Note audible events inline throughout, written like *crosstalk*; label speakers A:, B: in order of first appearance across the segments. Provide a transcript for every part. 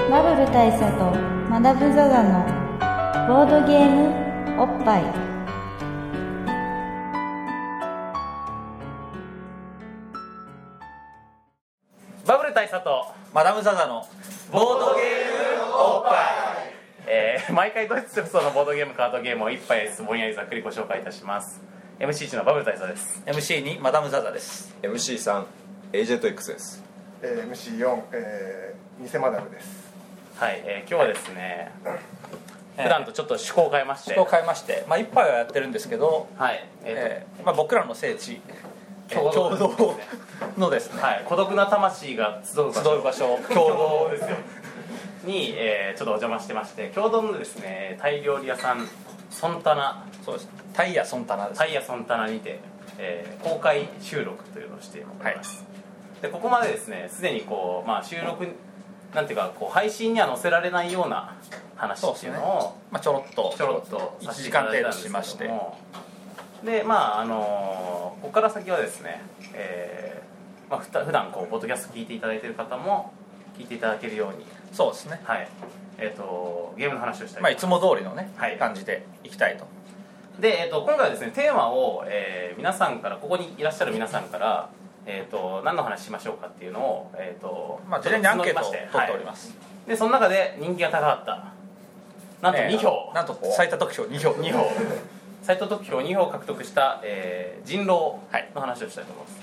A: 大佐とマダム・ザ・ザのボードゲームおっぱい
B: バブル大佐と、
C: マダムザザの
B: ボードゲームおっぱい、えー毎回ドイツ戦争のボードゲームカードゲームを一杯ずつぼんやりざっくりご紹介いたします MC1 のバブル大佐です
C: MC にマダムザザです
D: MC3AJ と X です
E: えー MC4、えー、偽マダムです
B: はい、えー今日はですね、普段とちょっと趣向を変えまして
C: 人を変えまして、まあ、一杯はやってるんですけど、
B: はいえ
C: えーまあ、僕らの聖地えー
B: 共同
C: 共同のです
B: ー
C: ね
B: とはい、孤独な魂が集う場
C: 集
B: 所
C: う場所共同
B: ですよに、えーちょっとお邪魔してまして共同のですねタイ料理屋さんソンタナ
C: そうですタイヤソンタナです
B: タイヤソンタナにて、えー公開収録というのをしております、でここまでですねすでにこう、まあ、収録なんていうかこう配信には載せられないような話っていうのを
C: まあ、ちょろっと
B: ちょろっと
C: 1
B: させて
C: 時
B: いた
C: 間
B: だいた
C: 程度
B: んですけ
C: し
B: ども
C: まして
B: でまああのーここから先はですね、えーまあ、ふた普段こうポッドキャスト聞いていただいている方も聞いていただけるように
C: そうですね、
B: はいえっ、とゲームの話をしたりとか
C: まあ、いつも通りのね、
B: はい
C: 感じでいきたいと
B: で、えっと今回はですねテーマを、えー皆さんからここにいらっしゃる皆さんから、えっと何の話しましょうかっていうのを、えっと
C: まあ、事前にアンケートを
B: ちょっと募りまして
C: 取っております、
B: はいでその中で人気が高かったなんと
C: えー
B: 2票、
C: なんと最多得票2票
B: 2票斎藤特票2票獲得した、えー人狼の話をしたいと思います、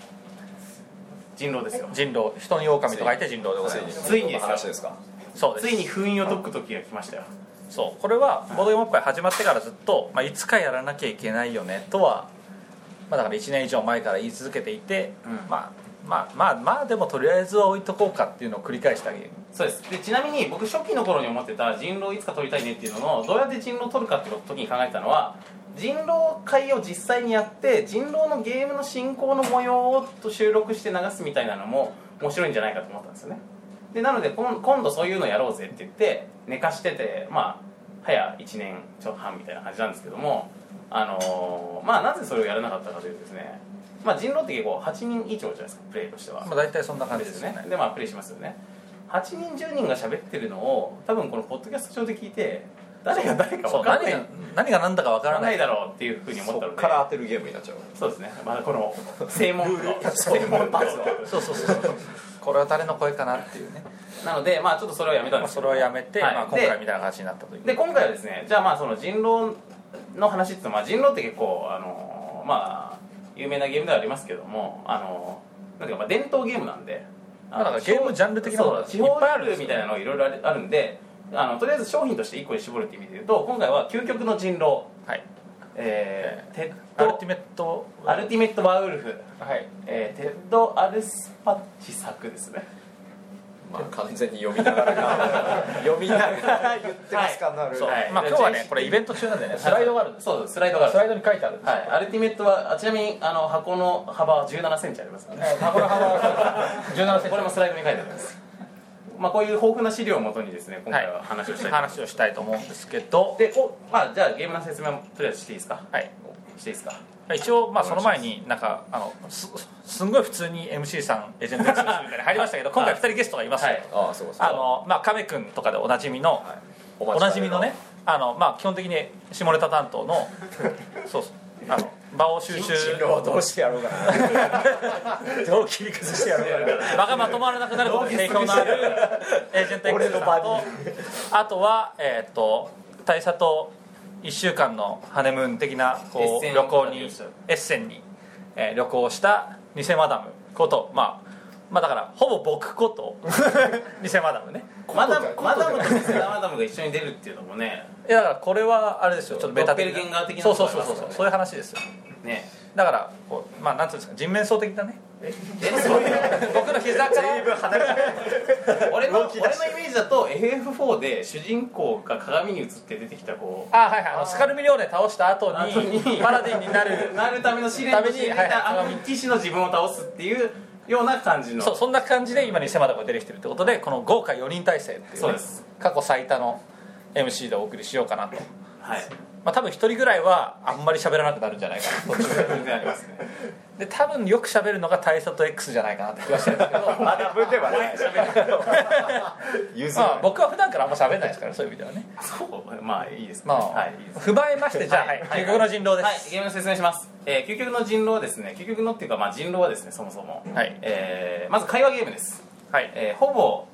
B: 人狼ですよ
C: 人狼人に狼と書いて人狼でございます
B: ついにですよ
D: 話ですか
C: そうです
B: ついに封印を解く時が来ましたよ
C: そうこれはボードゲームおっぱい始まってからずっと、まあ、いつかやらなきゃいけないよねとは、まあ、だから1年以上前から言い続けていて、
B: うん
C: まあまあまあまあでもとりあえずは置いとこうかっていうのを繰り返したゲーム
B: そうですでちなみに僕初期の頃に思ってた人狼をいつか取りたいねっていうののどうやって人狼を取るかっていう時に考えてたのは人狼会を実際にやって人狼のゲームの進行の模様をと収録して流すみたいなのも面白いんじゃないかと思ったんですよねでなので今今度そういうのやろうぜって言って寝かしててまあ早1年ちょっと半みたいな感じなんですけどもあのーまあなぜそれをやらなかったかというとですねまあ人狼って結構8人以上じゃないですかプレイとしては
C: まあ、大体そんな感じ
B: で
C: ですす
B: ね
C: ね
B: でまあプレイしますよね8人10人が喋ってるのを多分このポッドキャスト上で聞いて誰が誰か
C: そ
B: 分
C: う
B: か
C: 何
B: んない
C: が
B: 分
C: 何が何だかわか
B: からら
C: な
B: ない
C: い
B: だろうっていうふうに思
D: そ
B: ったの
D: っ
B: で
D: から当てるゲームになっちゃう
B: そうですねまだこの正門の正門パスを
C: そうそうそうそうこれは誰の声かなっていうね、
B: なのでまあちょっとそれをやめたん
C: まあ、
B: です
C: そ
B: け
C: れ
B: ど
C: をやめて、
B: はい
C: まあ、今回みたいな形になったという
B: で今回はですねじゃあまあその人狼の話っていうのは人狼って結構あのまあ有名なゲームではありますけどもあのなんていうかまあ伝統ゲームなんで
C: まあだからゲームジャンル的なものが
B: そう地方
C: いっぱいあ
B: ル
C: る
B: ー
C: んで
B: ル
C: す
B: みた
C: よね
B: いなのいろいろあるあるんであのとりあえず商品として1個に絞るっていう意味で言うと今回は究極の人狼
C: はい
B: えー、テ
C: ア
B: ッ
C: ル
B: ド
C: ティメット
B: アルティメットワウルフ、
C: はい
B: えー、テッド・アルスパッチ作ですね
D: まあ完全に読みながら *laughs* が読みながら言ってますかなる
C: そう、
B: はい
C: まあ今日はねこれイベント中なんでねスライドがあるんです
B: そうそうスライドがある
C: スライドに書いてあるんです
B: は
C: よ
B: い、アルティメットはあちなみにあの箱の幅は1 7センチありますよね
C: えータブロ幅が17センチ
B: これもスライドに書いてありますまあこういう豊富な資料をもとにですね今回は話をしたいと思います、
C: 話をしたいと思うんですけど、
B: でこまあじゃあゲームの説明もとりあえずしていいですか
C: はい、
B: していいですか
C: 一応まあその前になんかあのすすんごい普通に MC さんエージェント X ですみたいに入りましたけど今回2人ゲストがいますよ、
B: はい
D: ああそうかそうか
C: あのまあ亀くんとかでおなじみの、
D: はい
C: お
D: 待ち
C: な
D: か
C: じ
D: ね
C: みのねあのまあ基本的に下ネタ担当のそうそうあの場を収集
D: 人狼をどうしてやろうかな
C: どう切り崩してやるか場がまとまらなくなることに抵抗のあるエージェント X さん
D: 俺
C: とあとはえーっと大佐と1週間のハネムーン的なこう
B: エッセン
C: 旅行に
B: 旅行した
C: エッセンに、えー旅行した偽マダムことまあまあだからほぼ僕こと
B: *laughs*
C: 偽マダムね
B: マダムマダムとミスターマダムが一緒に出るっていうのもね
C: いやだからこれはあれですよちょっとベタ的
B: ドッペルゲンガー的な
C: そ
B: と
C: う
B: こ
C: そう
B: あり
C: そう
B: ますよね
C: そうそうそういう話ですよ
B: ね
C: だからこうまあなんていうんですか人面相的
B: *laughs*
C: なね
B: えそういう
C: 僕の膝から
B: 俺の俺のイメージだと FF4 で主人公が鏡に映って出てきたこう
C: あはいはいあのスカルミリオーネ倒した後
B: 後に
C: にパラディンになる
B: なるための試練として出
C: ためにはい
B: たあの騎士の自分を倒すっていうような感じの
C: そうそんな感じで今に迫るが出てきてるってことでこの豪華4人体制っていう,、
B: そうです
C: 過去最多の MC でお送りしようかなと
B: はい
C: まあ、多分一人ぐらいはあんまり喋らなくなるんじゃないかな途中で
B: 全然ありますね
C: で多分よく喋るのが大佐と X じゃないかなって気がしてるんですけどま
D: 自分ではない譲る
C: あ僕は普段からあんま喋んないですからそういう意味ではね
B: そうまあいいですね
C: まあ、
B: はいいいです
C: 踏まえましてじゃあ、
B: はい
C: 究極の人狼で
B: はい、
C: す
B: ゲームの説明します、えー究極の人狼はですね究極のっていうか、まあ、人狼はですねそもそも、
C: はい
B: えーまず会話ゲームです、
C: はい
B: えーほぼ、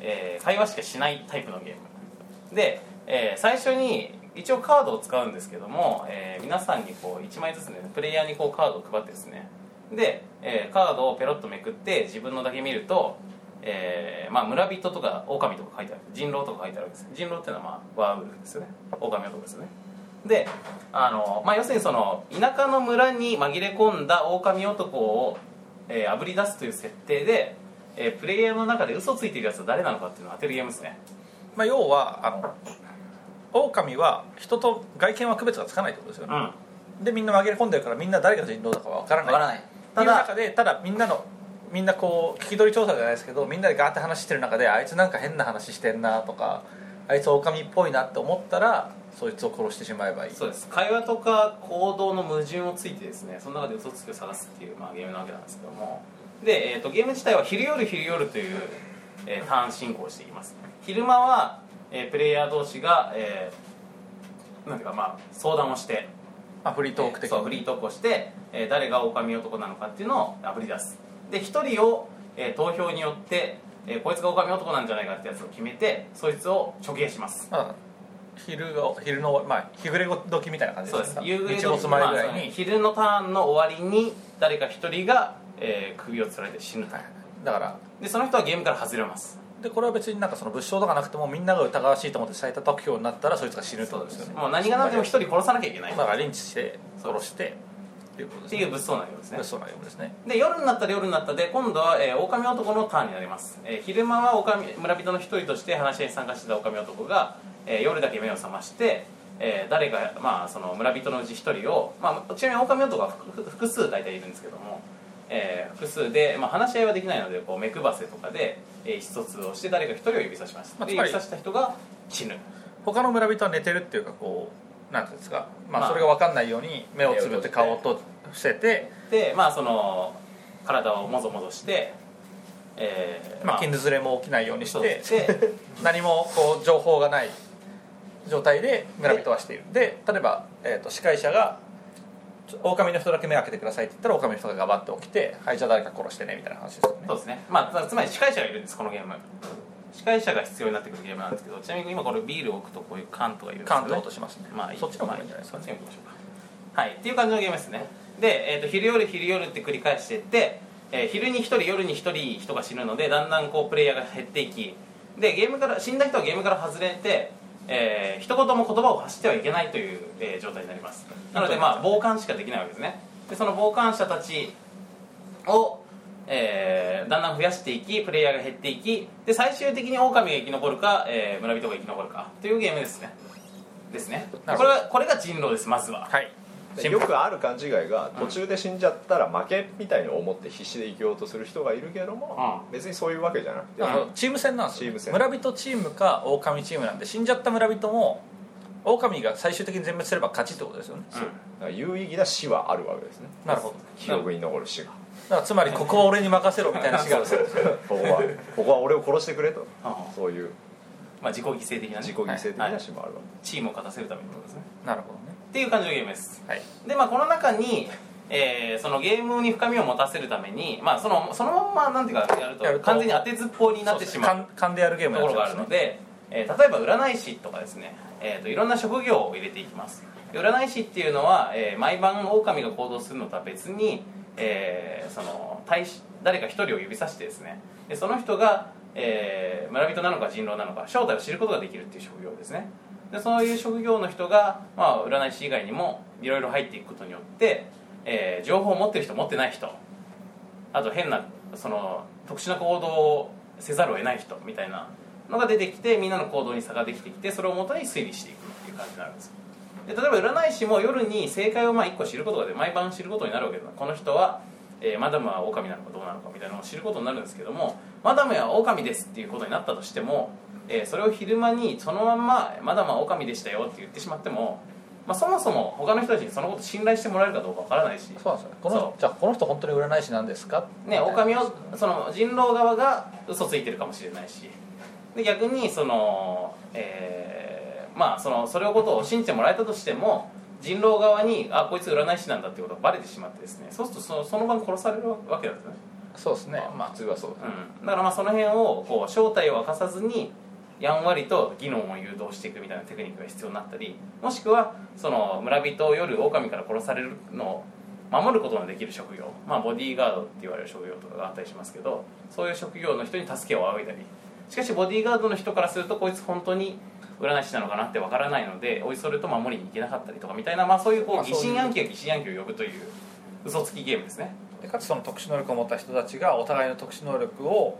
B: えー会話しかしないタイプのゲームで、えー最初に一応カードを使うんですけども、えー皆さんにこう1枚ずつねプレイヤーにこうカードを配ってですねで、えーカードをペロッとめくって自分のだけ見ると、えーまあ、村人とか狼とか書いてある人狼とか書いてあるわけです人狼っていうのは、まあ、ワーウルフですよね狼男ですよねであの、まあ、要するにその田舎の村に紛れ込んだ狼男を、えー、あぶり出すという設定で、えープレイヤーの中で嘘ついてるやつは誰なのかっていうのを当てるゲームですね
C: まあ、要はあの狼は人と外見は区別がつかないってことですよ
B: う
C: ね、
B: ん
C: でみんな紛れ込んでるからみんな誰が人狼だかわからない
B: わからない
C: た
B: た
C: だ
B: だ
C: 中でただみんなのみんなこう聞き取り調査じゃないですけどみんなでガーって話してる中であいつなんか変な話してんなとかあいつ狼っぽいなって思ったらそいつを殺してしまえばいい
B: そうです会話とか行動の矛盾をついてですねその中で嘘つきを探すっていう、まあ、ゲームなわけなんですけどもで、えー、とゲーム自体は昼夜昼夜という、えーターン進行をしていきます昼間は、えープレイヤー同士が、えーなんていうかまあ相談をして
C: まあ、フリートーク的
B: そうフリートークをして、えー誰が狼男なのかっていうのをあぶり出すで一人を、えー投票によって、えーこいつが狼男なんじゃないかってやつを決めてそいつを処刑します
C: まあ、昼が昼のまあ日暮れ時みたいな感じ
B: そう
C: で
B: ですす
C: か
B: 夕暮れ
C: 日没
B: 時、
C: 前
B: まあ
C: ぐ
B: そう
C: ら
B: だ
C: い
B: ね
C: に
B: 昼のターンの終わりに誰か一人が、えー首をつられて死ぬ
C: はいだから
B: でその人はゲームから外れます
C: でこれは別になんかその物証とかなくてもみんなが疑わしいと思って最多得票になったらそいつが死ぬってことですよね
B: もう何が何でも一人殺さなきゃいけない
C: だ
B: っ
C: からリンチして殺してっていうことです
B: て
C: ね
B: いう物騒なようですね
C: そうなようですね
B: で夜になったら夜になったで今度は、えー、狼男のターンになります、えー昼間は狼村人の一人として話し合いに参加してた狼男が、えー夜だけ目を覚まして、えー誰か、まあ、その村人のうち一人を、まあ、ちなみに狼男は複複数大体いるんですけども、えー複数で、まあ、話し合いはできないのでこう目くばせとかで、えー意思疎通をして誰か一人を指さします、
C: まあ
B: で
C: つまり
B: 指さした人が死ぬ
C: 他の村人は寝てるっていうかこうなんていうんですか、ま
B: ま
C: あ、
B: あ
C: それが分かんないように目をつぶって顔をと伏せて、
B: でまあその体をもぞもぞして、えー
C: まあ、絹ずれも起きないようにし
B: そう
C: て *laughs*
B: で
C: 何もこう情報がない状態で村人はしているで例えば、えー、と司会者が「ちょ狼の人だけ目開けてください」って言ったら狼の人がガバッて起きて「はいじゃあ誰か殺してね」みたいな話ですよね
B: そうですね、まあつ、つまり司会者がいるんですこのゲーム司会者が必要になってくるゲームなんですけどちなみに今これビールを置くとこういう缶とかいるんです
C: カ
B: け
C: ン
B: ど
C: トとしますね、
B: まあいい
C: そっちの方がいいんじゃ
B: まあ
C: ないですか、
B: そっちの方がいいでしょうかはいっていう感じのゲームですねで、えー、と昼夜昼夜って繰り返してって、えー昼に1人夜に1人人が死ぬのでだんだんこうプレイヤーが減っていきでゲームから死んだ人はゲームから外れて、えー一言も言葉を発してはいけないという、えー状態になりますなのでまあ傍観しかできないわけですねでその傍観者たちを、えーだんだん増やしていきプレイヤーが減っていきで最終的にオオカミが生き残るか、えー村人が生き残るかというゲームですねですねこ
C: なるほ
B: れ
C: ど
B: はこれが人狼ですまずは
C: はい
D: でよくある勘違いが途中で死んじゃったら負けみたいに思って必死で生きようとする人がいるけれども、
B: う
D: 別にそういうわけじゃなくて、
C: だからチーム戦なんです
D: チ
C: よ、
D: ーム戦
C: 村人チームか狼チームなんで死んじゃった村人も狼が最終的に全滅すれば勝ちってことですよね、
D: だから有意義な死はあるわけですね
C: なるほど
D: 記憶に残る死が
C: だからつまりここは俺に任せろみたいな違うですよ
D: ここはここは俺を殺してくれと
B: ああ
D: そういう
B: まあ、自己犠牲的なね、
D: 自己犠牲的な死もあるわ
B: チームを勝たせるためのことですね
C: なるほどね
B: っていう感じのゲームです
C: はい
B: でまあこの中に、えーそのゲームに深みを持たせるために、まあ、そのそのまんまなんていうかやると
C: やると
B: 完全に当てずっぽうになってしまう
C: そうですね勘勘でやるゲーム
B: と
C: に
B: こ
C: なっ
B: ろ
C: ちゃ
B: が
C: う
B: ある
C: んですね
B: ので、えー例えば占い師とかですね、えー、といろんな職業を入れていきますで占い師っていうのは、えー毎晩狼が行動するのとは別に、えーその対し誰か一人を指さしてですねでその人が、えー村人なのか人狼なのか正体を知ることができるっていう職業ですねでそういう職業の人が、まあ、占い師以外にもいろいろ入っていくことによって、えー情報を持ってる人持ってない人あと変なその特殊な行動をせざるを得ない人みたいなのが出てきてみんなの行動に差ができてきてそれをもとに推理していくっていう感じになるんですよで例えば占い師も夜に正解をまあ1個知ることがで毎晩知ることになるわけだこの人は、えーマダムは狼なのかどうなのかみたいなのを知ることになるんですけどもマダムは狼ですっていうことになったとしても、えーそれを昼間にそのまんまマダムは狼でしたよって言ってしまっても、まあ、そもそも他の人たちにそのこと信頼してもらえるかどうかわからないし
C: そうなんですよねこの
B: そ
C: 人じゃあこの人本当に占い師なんですか
B: ね、狼をその人狼側が嘘ついてるかもしれないしで逆にその、えーまあそのそれをことを信じてもらえたとしても人狼側にあこいつ占い師なんだってことがバレてしまってですねそうするとそのその場に殺されるわけなんですね、
C: そうですねまあ
D: 普通はそうだ
B: うん、だからまあその辺をこう正体を明かさずにやんわりと技能を誘導していくみたいなテクニックが必要になったりもしくはその村人を夜狼から殺されるのを守ることのできる職業、まあ、ボディーガードって言われる職業とかがあったりしますけどそういう職業の人に助けを仰いだりしかしボディーガードの人からするとこいつ本当に占い師なのかなってわからないのでおいそれと守りに行けなかったりとかみたいな、まあ、そういうこ
C: まあ
B: う
C: そう
B: 疑
C: いう
B: 心暗鬼が疑心暗鬼を呼ぶという嘘つきゲームですね
C: でかつその特殊能力を持った人たちがお互いの特殊能力を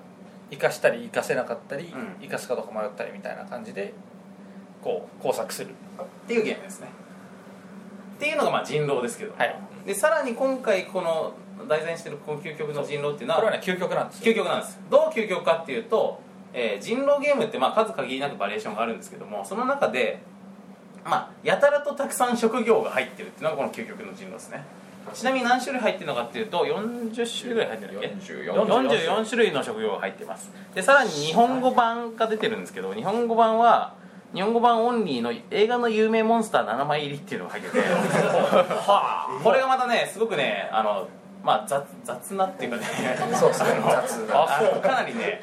C: 生かしたり生かせなかった
B: う
C: り、
B: ん
C: 生かすかどうか迷ったりみたいな感じでこう工作する
B: っていうゲームですねっていうのがまあ人狼ですけども、
C: はい
B: でさらに今回この題材にしてるこの究極の人狼っていうの
C: これは
B: は
C: ね究極なんですよ
B: 究極なんですどう究極かっていうと、えー人狼ゲームってまあ数限りなくバリエーションがあるんですけどもその中でまあやたらとたくさん職業が入ってるっていうのがこの究極の人狼ですねちなみに何種類入ってるのかっていうと40種類ぐらい入ってるんだっけ
D: 44
B: 44種類の職業が入ってますでさらに日本語版が出てるんですけど日本語版は日本語版オンリーの映画の有名モンスター7枚入りっていうのが入っててこれがまたねすごくねあのまあ雑雑なっていうかね
C: そうですね雑な
B: あのかなりね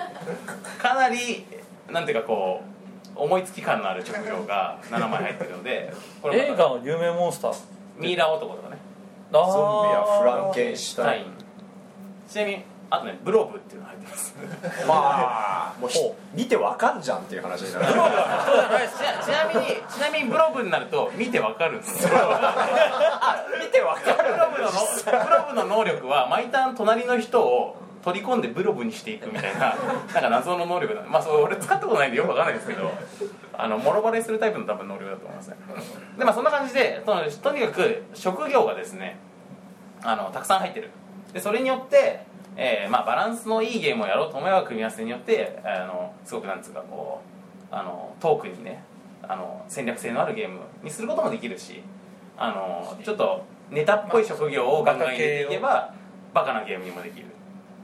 B: かなりなんていうかこう思いつき感のある職業が7枚入ってるのでこれまた
C: 映画の有名モンスターゾン
B: ミイラ男とかね
C: ビ
D: ゾンビやフランケンシュ
B: は
D: タイ
B: い
D: ン
B: ちなみにあとねブローブっていうのが入ってます
D: まあもうひ
C: ほ
D: 見てわかんじゃんっていう話になる
B: そうじゃないですちなちなみにちなみにブロブになると見てわかるんですよあ見てわかるブロブののブロブの能力は毎ターン隣の人を取り込んでブロブにしていくみたいな *laughs* なんか謎の能力なんでまあそれ俺使ったことないんでよくわかんないですけどあのもろバレするタイプの多分能力だと思いますねでまあそんな感じでそのとにかく職業がですねあのたくさん入ってるでそれによって、えーまあ、バランスのいいゲームをやろうと思えば組み合わせによってあのすごくなんつうかこうあのトークにねあの戦略性のあるゲームにすることもできるしあのちょっとネタっぽい職業をガンガン入れていけばバカなゲームにもできるっ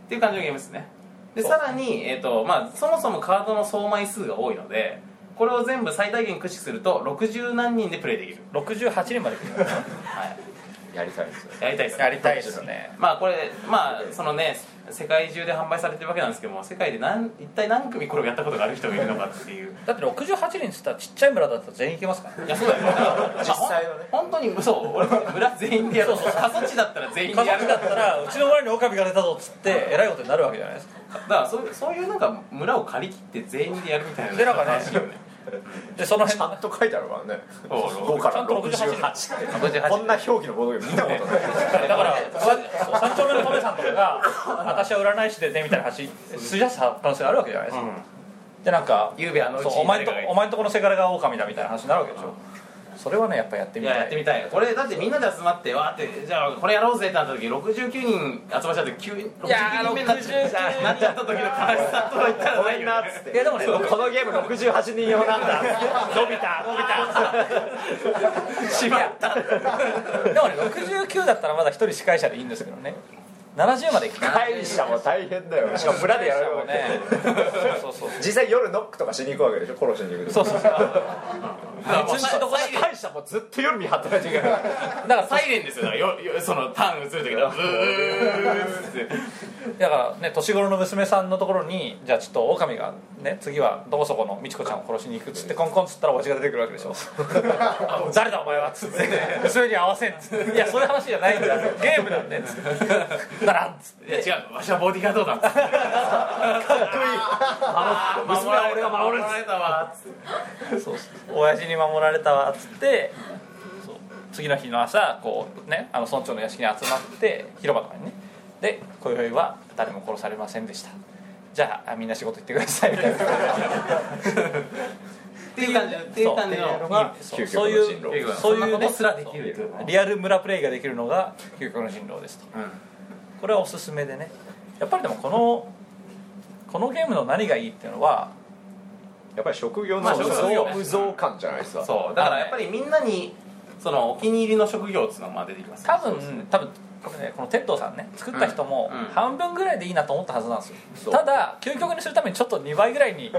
B: ていう感じのゲームですねで
C: そう
B: さらに、えーとまあ、そもそもカードの総枚数が多いのでこれを全部最大限駆使すると60何人でプレイできる、
C: 68人まで来る
B: はい、
D: やりたいですよね
B: やりたいですね
C: やりたいですね
B: まあこれまあそのね世界中で販売されてるわけなんですけども世界で何一体何組これをやったことがある人がいるのかって *laughs* いう
C: だって68人っつったらちっちゃい村だったら全員行けますからね
B: いやそうだよ、ね、
D: 実際はね
B: まあほん本当にそう俺も村全員でやる過疎地だったら全員
C: 家
B: でや
C: 族
B: る
C: だ
B: だ
C: ったらうちの村に狼が出たぞっつってえらいことになるわけじゃないですか
B: からそうそういうなんか村を借り切って全員でやるみたいな
C: でなんかね
B: 話よね
C: でその
D: ちゃ
C: 辺
D: んと書いてあるからね
B: そう
D: 5か
C: ちゃ
D: ら
C: んと
D: 68
C: 68
D: こんな表記のボードゲーム見たことない
C: だからそう三丁目の亀さんとかが「私は占い師でね」みたいな話すり出した可能性があるわけじゃないですか、でなんか
B: ゆうべあのうち
C: そう
B: に
C: お前んと
B: 誰かがいた
C: お前んとこのせがれが狼だみたいな話になるわけでしょそれはねやっぱやって
B: い
C: みた
B: や
C: い
B: やってみたいこれだってみんなで集まってわーってじゃあこれやろうぜってなった時69人集まっちゃって急に
C: いや
B: 69
C: ー
B: 人目になっちゃったなっちゃった時の悲しさとは言ったら
D: ご
B: な
D: め
B: い
D: ん
B: よ
D: な
B: ね
D: っつっ
C: いや
D: て
C: でもね
D: このゲーム68人用なんだ
C: 伸びた伸
B: *laughs*
C: び
B: しまった
C: たでもね69だったらまだ一人司会者でいいんですけどね70まで行く
D: 会社も大変だよしかも村でやられるわけ
C: ねそうそうそう
D: *laughs* 実際夜ノックとかしに行くわけでしょ殺しに行く
C: そう
D: う
C: そうそう
B: からもう
C: 熱中してどこだって
D: 会社もずっと夜見張ってないといけない
C: だから
B: サイレンですよだからよよそのターン映る時だブーッつって
C: だからね年頃の娘さんのところにじゃあちょっと狼がね次はどこそこの美智子ちゃんを殺しに行くっつってコンコンっつったらおじが出てくるわけでし *laughs* ょあ「誰だお前は」っつって「娘に合わせん」っつって「いやそういう話じゃないんだゲームなんだよ」っつって「ならん」っつって
B: いや違うわしはボディーガードだかっこいいあの娘は俺が守られたわつって
C: そうそう親父に守られたわっつってそう次の日の朝こうねあの村長の屋敷に集まって広場とかにねで「今宵は誰も殺されませんでした」じゃあみんな仕事行ってくださいみたいな
B: っていう感じのっていう感じ
D: そうっていう
B: の
D: のが
C: そう
D: 究極の
C: そうい
D: 人狼
C: う
B: そ
C: そうう
B: い
C: いうう
B: こ
C: ね
B: とすらできるという
C: リアル村プレイができるのが究極の人狼ですと
B: うん
C: これはおすすめでねやっぱりでもこのこのゲームの何がいいっていうのは
D: やっぱり職業
B: ま
D: の
B: あ
D: 有
B: 職
D: 造
B: 業
D: 有造感じゃないですか
B: そうだからやっぱりみんなにそのお気に入りの職業っていうのが出てきます
C: 多分多分これねこのテッドさんね作った人も
B: うんうん
C: 半分ぐらいでいいなと思ったはずなんですよ、
D: そう
C: ただ究極にするためにちょっと2倍ぐらい
B: *laughs*
C: に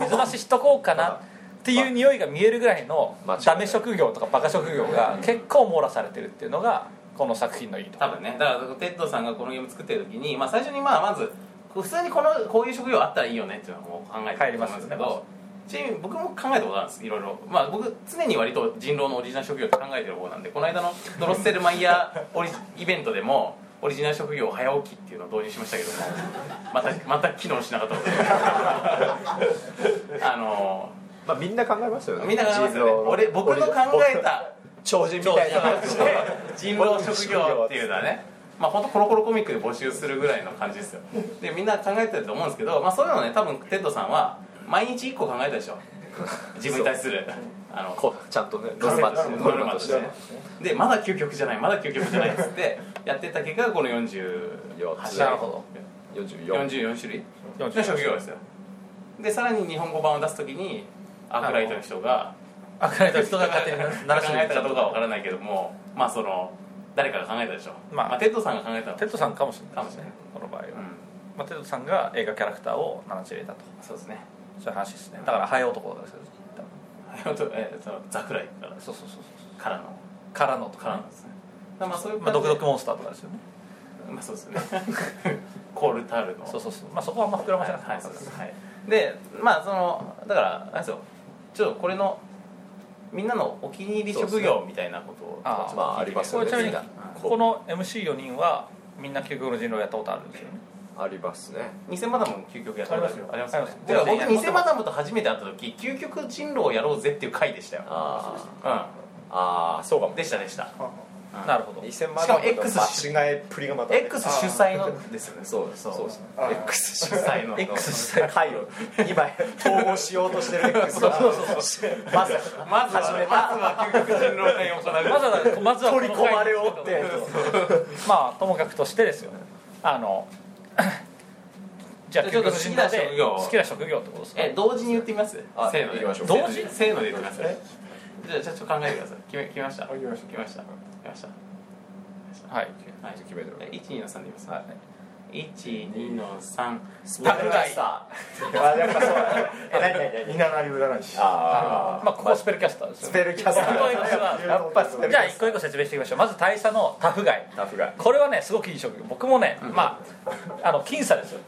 C: 水増ししとこうかなっていう匂いが見えるぐらいの
D: 間違いない
C: ダメ職業とかバカ職業が結構網羅されてるっていうのがこの作品のいいとこ
B: 多分ねだからテッドさんがこのゲーム作ってる時に、まあ、最初にまあまず普通にこのこういう職業あったらいいよねっていうのを考えて
C: 入
B: る
C: り
B: と
C: ま
B: 思
C: す
B: うんですけ
C: よね
B: どちなみに僕も考えたことあるんですいろいろ、まあ、僕常に割と人狼のオリジナル職業って考えてる方なんでこの間のドロッセルマイヤ
C: *laughs*
B: ーオリジイベントでもオリジナル職業早起きっていうのを導入しましたけどもまたまた機能しなかったので
C: *laughs*
B: あの
D: まあみんな考えますよね
B: みんな考えますよね俺僕の考えた
D: 超人みたいな感じで
B: 人狼職業っていうのはねまあ本当コロコロコミックで募集するぐらいの感じですよでみんな考えてると思うんですけど、まあ、そういうのね多分テッドさんは毎日1個考えたでしょ自分に対するあの
D: こうちゃんとねノルマノルマとしてね
B: でまだ究極じゃないまだ究極じゃないっつってやってた結果がこの48
D: 四つ
C: なるほ
D: 44
B: 44種類
C: ど
B: の職業ですよでさらに日本語版を出す時にアークライトの人が
C: あくらいと人が勝手に
B: 誰
C: 7
B: が *laughs* 考
C: 種
B: え
C: 類
B: たかどうかは分からないけどもまあその誰かが考えたでしょ
C: まあ
B: まあテッドさんが考えたの
C: テッドさんかもしれないです
B: かもしれな
C: ね
B: い
C: この場合は、
B: うん
C: まあ、テッドさんが映画キャラクターを7種類入れたと
B: そうですね。
C: そういう話ですねだからハエ男ですよ多分
B: あとえーそのザクライから
C: そうそうそうそ
B: からの
C: うからのと
B: から
C: か、ね
B: のですね。まあそういう
C: まあ、ドクドク
B: も
C: モンスターとかですよね
B: まあそうですね。 *laughs* コールタールの
C: そうそうそうまあそこはあんま膨らま
B: はい
C: せなくても
B: はいそうですはい。でまあそのだからなんですよ。ちょっとこれのみんなのお気に入り職業みたいなことを
C: あ
B: ちょっと
D: まああります
C: こ
D: よ
C: れ
D: ね
C: ちなみにこ
D: こ
C: この MC4 人はみんな究極の人狼やったことあるんですよね
D: ありますね
B: 偽マダムも究極やったこと
C: ありますよ
B: ありますよね
C: あります
B: だから僕偽マダムと初めて会った時究極人狼をやろうぜっていう回でしたよ
D: あ
B: う
D: ーあーそうかも
B: んでしたでした
C: なるほど
D: 2000
B: し
D: 万
B: かも
D: 円の
B: X
D: 間違えっぷりがまたね
B: X 主催のですよね
D: *laughs* そうですそうです
E: あー
D: X 主
B: 主催 *laughs* の
C: X 主
D: 催会 *laughs* を今統合しようとして *laughs* る X がまず
B: まずは、ね、まずは究極人狼会を行う
C: まずはまずはこの
D: 取り込まれをって
C: まあともかくとしてですよあのじゃあ
B: じゃあちょっ
C: 究
B: と
C: 極の
B: 好
C: 人
B: きな
C: 狼
B: 職
C: で
B: 業を
C: 好きな職業ってことです
B: *laughs*
C: か
B: え同時に言ってみます
D: あ
B: せーの
D: 行
B: で
D: きましょう
B: 同
C: 同
B: 時
C: 時
B: せーので言ってみますじゃあじゃあちょっと考えてください決め決めました
E: あ決めました
B: 決めました決めました
C: はい
B: はい
D: 決めてる
B: え一二の三で言いますはい一二の三ス
D: パルダイあーやっぱそうだねえ何何何
E: 見習い占い師
D: あ
C: まあここスペルキャスターですよ
D: ス
C: ね
D: ペルキャスタ
C: ここ
D: ー
C: は今
E: やっぱスペル
C: じゃあ一個一個説明していきましょうまず大佐のタフガイ
D: タフが
C: これはねすごくいい職業僕もね、まああの僅差ですよ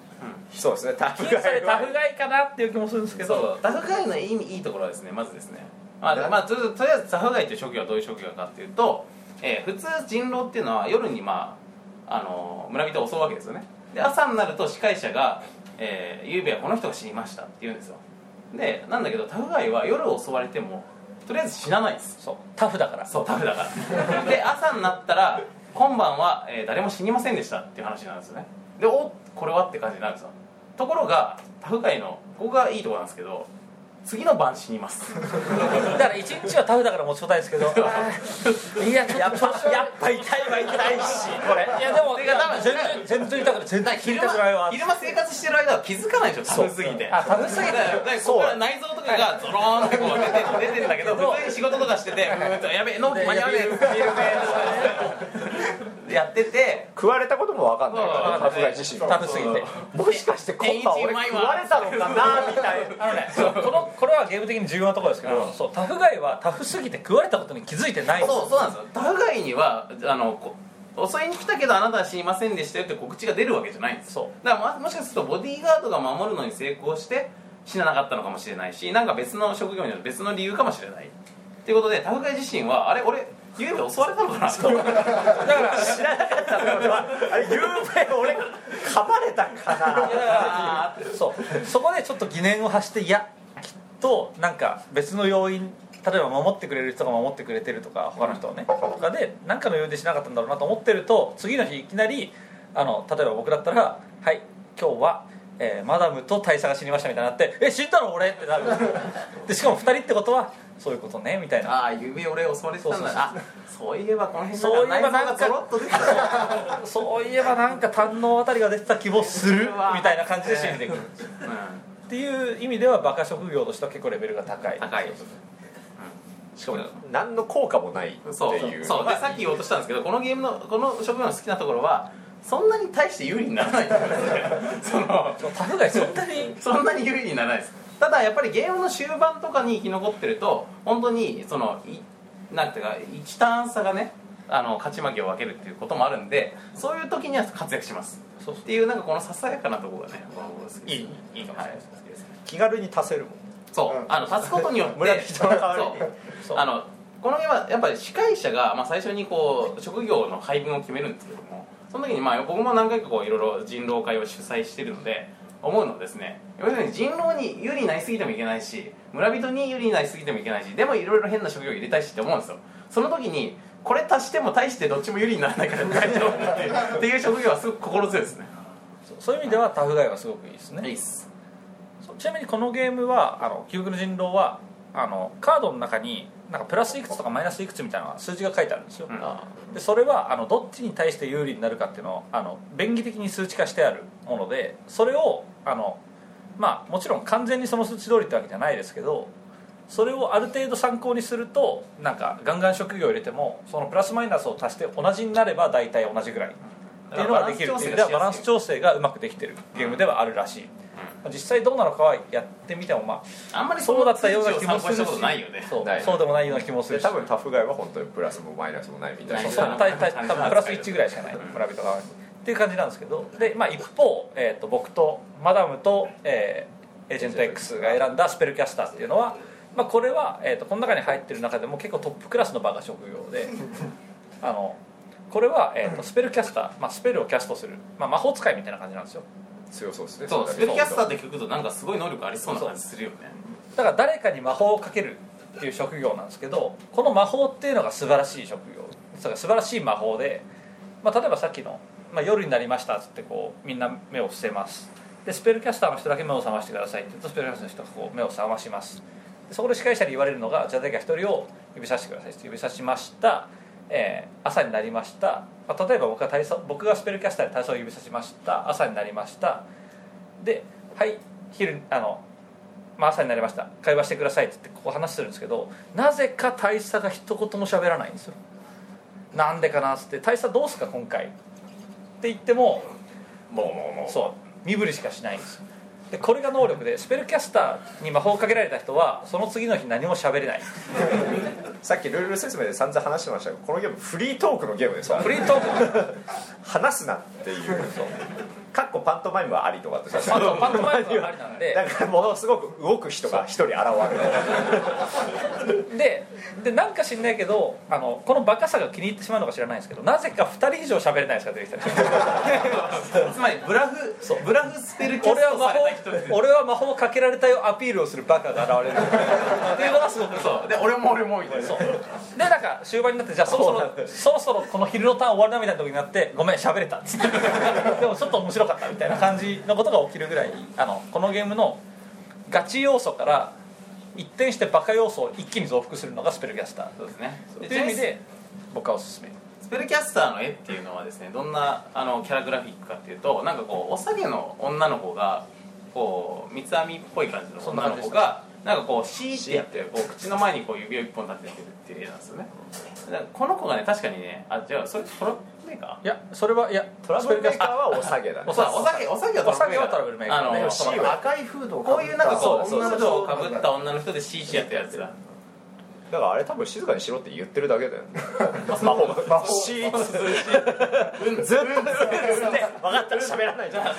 D: そうですねタフ
C: 僅
D: が
C: 差でタフガイかなっていう気もするんですけど
B: そうダフガイのいいいいところはですねまずですねまあ、まあ、とりあえずとりあえずダフガイという職業はどういう職業かっていうと、えー普通人狼っていうのは夜にまああのー村人を襲うわけですよねで朝になると司会者が「えー、ゆうべはこの人が死にました」って言うんですよでなんだけどダフガイは夜襲われてもとりあえず死なないんです
C: そうタフだから
B: そうタフだからで朝になったら今晩は、えー誰も死にませんでしたっていう話なんですよねでおこれはって感じになるんですよところがタフ界のここがいいところなんですけど次の晩死にます
D: *laughs*
C: だから一日はタフだから持ちこたえですけどいやちょっとやっぱやっぱ痛いは痛いしこれいやでも
B: てか多分
C: 全然全然痛くない全然切りたくないわ
B: *laughs* 昼間生活してる間は気づかないでしょタフすぎて
C: あタフすぎて
B: だからだからここから内臓とかがゾローンってこう出てる出てるんだけど普通に仕事とかしてて「うーんとやべえ納期間に合わねえ」ってやってて
D: 食われたことも分かんない
B: そ
D: から
B: う
D: タフが自身
C: タ
D: が
C: フすぎて
D: もしかして今晩俺食われたのかなみたいな
C: あのねそうこのこれはゲーム的に重要なところですけど、そうタフガイはタフすぎて食われたことに気づいてないんです
B: そうそうなんですよダフガイにはあのこ襲いに来たけどあなたは死にませんでしたよって告知が出るわけじゃないんです
C: そう
B: だからももしかするとボディーガードが守るのに成功して死ななかったのかもしれないしなんか別の職業による別の理由かもしれないっていうことでタフガイ自身はあれ俺ゆうべ襲われたのかなと
C: だから
D: 知らなかったのはあれゆうべ俺噛まれたかな
B: あーって
C: そうそこでちょっと疑念を発していやきっとなんか別の要因例えば守ってくれる人が守ってくれてるとか他の人はねとかで何かの要因でしなかったんだろうなと思ってると次の日いきなりあの例えば僕だったら「はい今日は、えーマダムと大佐が死にました」みたいになって「え死んだの俺?」ってなるでしかも2人ってことはそういうことねみたいな
B: ああ指俺襲われてたんだ
C: そうそうそう
B: あそういえばこの辺
C: そういえばなんか
B: 内臓がゾロッと出てた
C: そういえばなんか胆のあたりが出てた気もする
B: うわ
C: みたいな感じで締めていくっ
B: うん
C: ていう意味ではバカ職業としては結構レベルが高い
B: 高いよ
D: しかも何の効果もないっていう
B: そうそうでさっき言おうとしたんですけどこのゲームのこの職業の好きなところはそんなに大して有利にならないと思いますねその
C: タフガイそんなに
B: そんなに有利にならないですただやっぱりゲームの終盤とかに生き残ってると本当にそのいなんていうか1ターン差がねあの勝ち負けを分けるっていうこともあるんでそういう時には活躍します
C: そう
B: っていうなんかこのささやかなところがね僕は好きです
C: いいいいかもしれない
B: は好きですね
D: 気軽に足せるもん
B: そう、
E: うん
B: あの足すことによって
D: 村人の代わりに
B: そうあのこのゲームはやっぱり司会者が、まあ、最初にこう職業の配分を決めるんですけどもその時にまあ僕も何回かこういろいろ人狼会を主催してるので思うのはですね要するに人狼に有利になりすぎてもいけないし村人に有利になりすぎてもいけないしでもいろいろ変な職業入れたいしって思うんですよその時にこれ足しても大してどっちも有利にならないから大丈夫っていうっていう職業はすごく心強いですね
C: そういう意味ではタフガイはすごくいいですね
B: いいっす
C: そうちなみにこのゲームはあの「究極の人狼は」あのカードの中になんかプラスいくつとかマイナスいくつみたいな数字が書いてあるんですよ、
B: うん
C: でそれはあのどっちに対して有利になるかっていうのをあの便宜的に数値化してあるものでそれをあの、まあ、もちろん完全にその数値通りってわけじゃないですけどそれをある程度参考にするとなんかガンガン職業を入れてもそのプラスマイナスを足して同じになれば大体同じぐらいっていうのができるっていう意味ではバランス調整がうまくできてるゲームではあるらしい実際どうなのかはやってみてもまあ
B: あんまり
C: そうだったような気
B: 参
C: も
B: 考
C: す
B: にし
C: るした
B: ことないよね
C: そう
D: ない
C: そうでもないような気もす
D: で
C: るし
D: 多分タフガイは本当にプラスもマイナスもないみたい
B: な
D: な
C: そうそう
B: い
C: たいたい多分プラス1ぐらいしかない村人側にっていう感じなんですけどで、まあ、一方、えー、と僕とマダムと、えーエージェント X が選んだスペルキャスターっていうのは、まあ、これは、えー、とこの中に入ってる中でも結構トップクラスの場が職
D: *laughs*
C: 業であのこれは、えー、とスペルキャスター、まあ、スペルをキャストする、まあ、魔法使いみたいな感じなんですよ
D: 強そうですね
B: そう
D: れだ
B: ス
D: け
B: ペルキャスターって聞くとなんかすごい能力ありそうな感じするよね
C: だから誰かに魔法をかけるっていう職業なんですけどこの魔法っていうのが素晴らしい職業それが素晴らしい魔法で、まあ、例えばさっきの、まあ、夜になりましたっつってこうみんな目を伏せますでスペルキャスターの人だけ目を覚ましてくださいって言うとスペルキャスターの人がこう目を覚ましますでそこで司会者に言われるのがじゃあ誰か一人を指さしてくださいって指さしました、えー朝になりました、まあ、例えば僕が体操僕がスペルキャスターで体操を指さしました朝になりましたではい昼あのまあ、朝になりました会話してくださいって言ってここ話するんですけどなぜか大佐が一言も喋らないんですよなんでかなっつって「大佐どうすか今回」って言っても
D: もうもうもう
C: そう身振りしかしないんですよでこれが能力でスペルキャスターに魔法をかけられた人はその次の日何も喋れない
D: さっきルール説明で散々話してましたけどこのゲームフリートークのゲームですから
C: フリートーク
D: 話すなっていうかっこパントマイムはありとかって
C: あとパントマイムはありなんで
D: だからものすごく動く人が一人現れる
C: ででなんか知んないけどあのこのバカさが気に入ってしまうのか知らないんですけどなぜか2人以上喋れないですか出てきたら
B: つまりブラフ
C: そう
B: ブラフスペルキャ
C: 俺
B: ス
C: は
B: トされた人
C: 魔法俺は魔法をかけられたよアピールをするバカが現れるっていうのがすごく
B: そうで俺も俺もみたいな
C: そうでなんか終盤になってじゃあそろそろそろそろこの昼のターン終わるなみたいな時になってごめん喋れた *laughs* っつってでもちょっと面白かったみたいな感じのことが起きるぐらいあのこのゲームのガチ要素から一転してバカ要素を一気に増幅するのがスペルキャスター
B: そうですね
C: と
B: で
C: いう意味で僕はおすすめ
B: スペルキャスターの絵っていうのはですねどんなあのキャラグラフィックかっていうとなんかこうおさげの女の子がこう三つ編みっぽい感じの女の子がなんかこうシーってやってこう口の前にこう指を一本立ててるっていう絵なんですよねだからこの子がね確かにねあじゃあそれトラップメーカ
C: いやそれはいやトラ
D: トラブルメーカーはお下げだ
B: ー
D: ね
B: おさお酒お酒は
C: お酒はトラブルメーカー
B: あの
C: ね
D: そうだ
E: 赤いフードを
B: こういうなんかこう
D: そうだそ
B: 女の
D: うだ
B: 人をかぶった女の人でシーってやってるやつだ
D: だからあれ多分静かにしろって言ってるだけだよね魔法魔法シーッずっと分かったら喋らないじゃん
C: い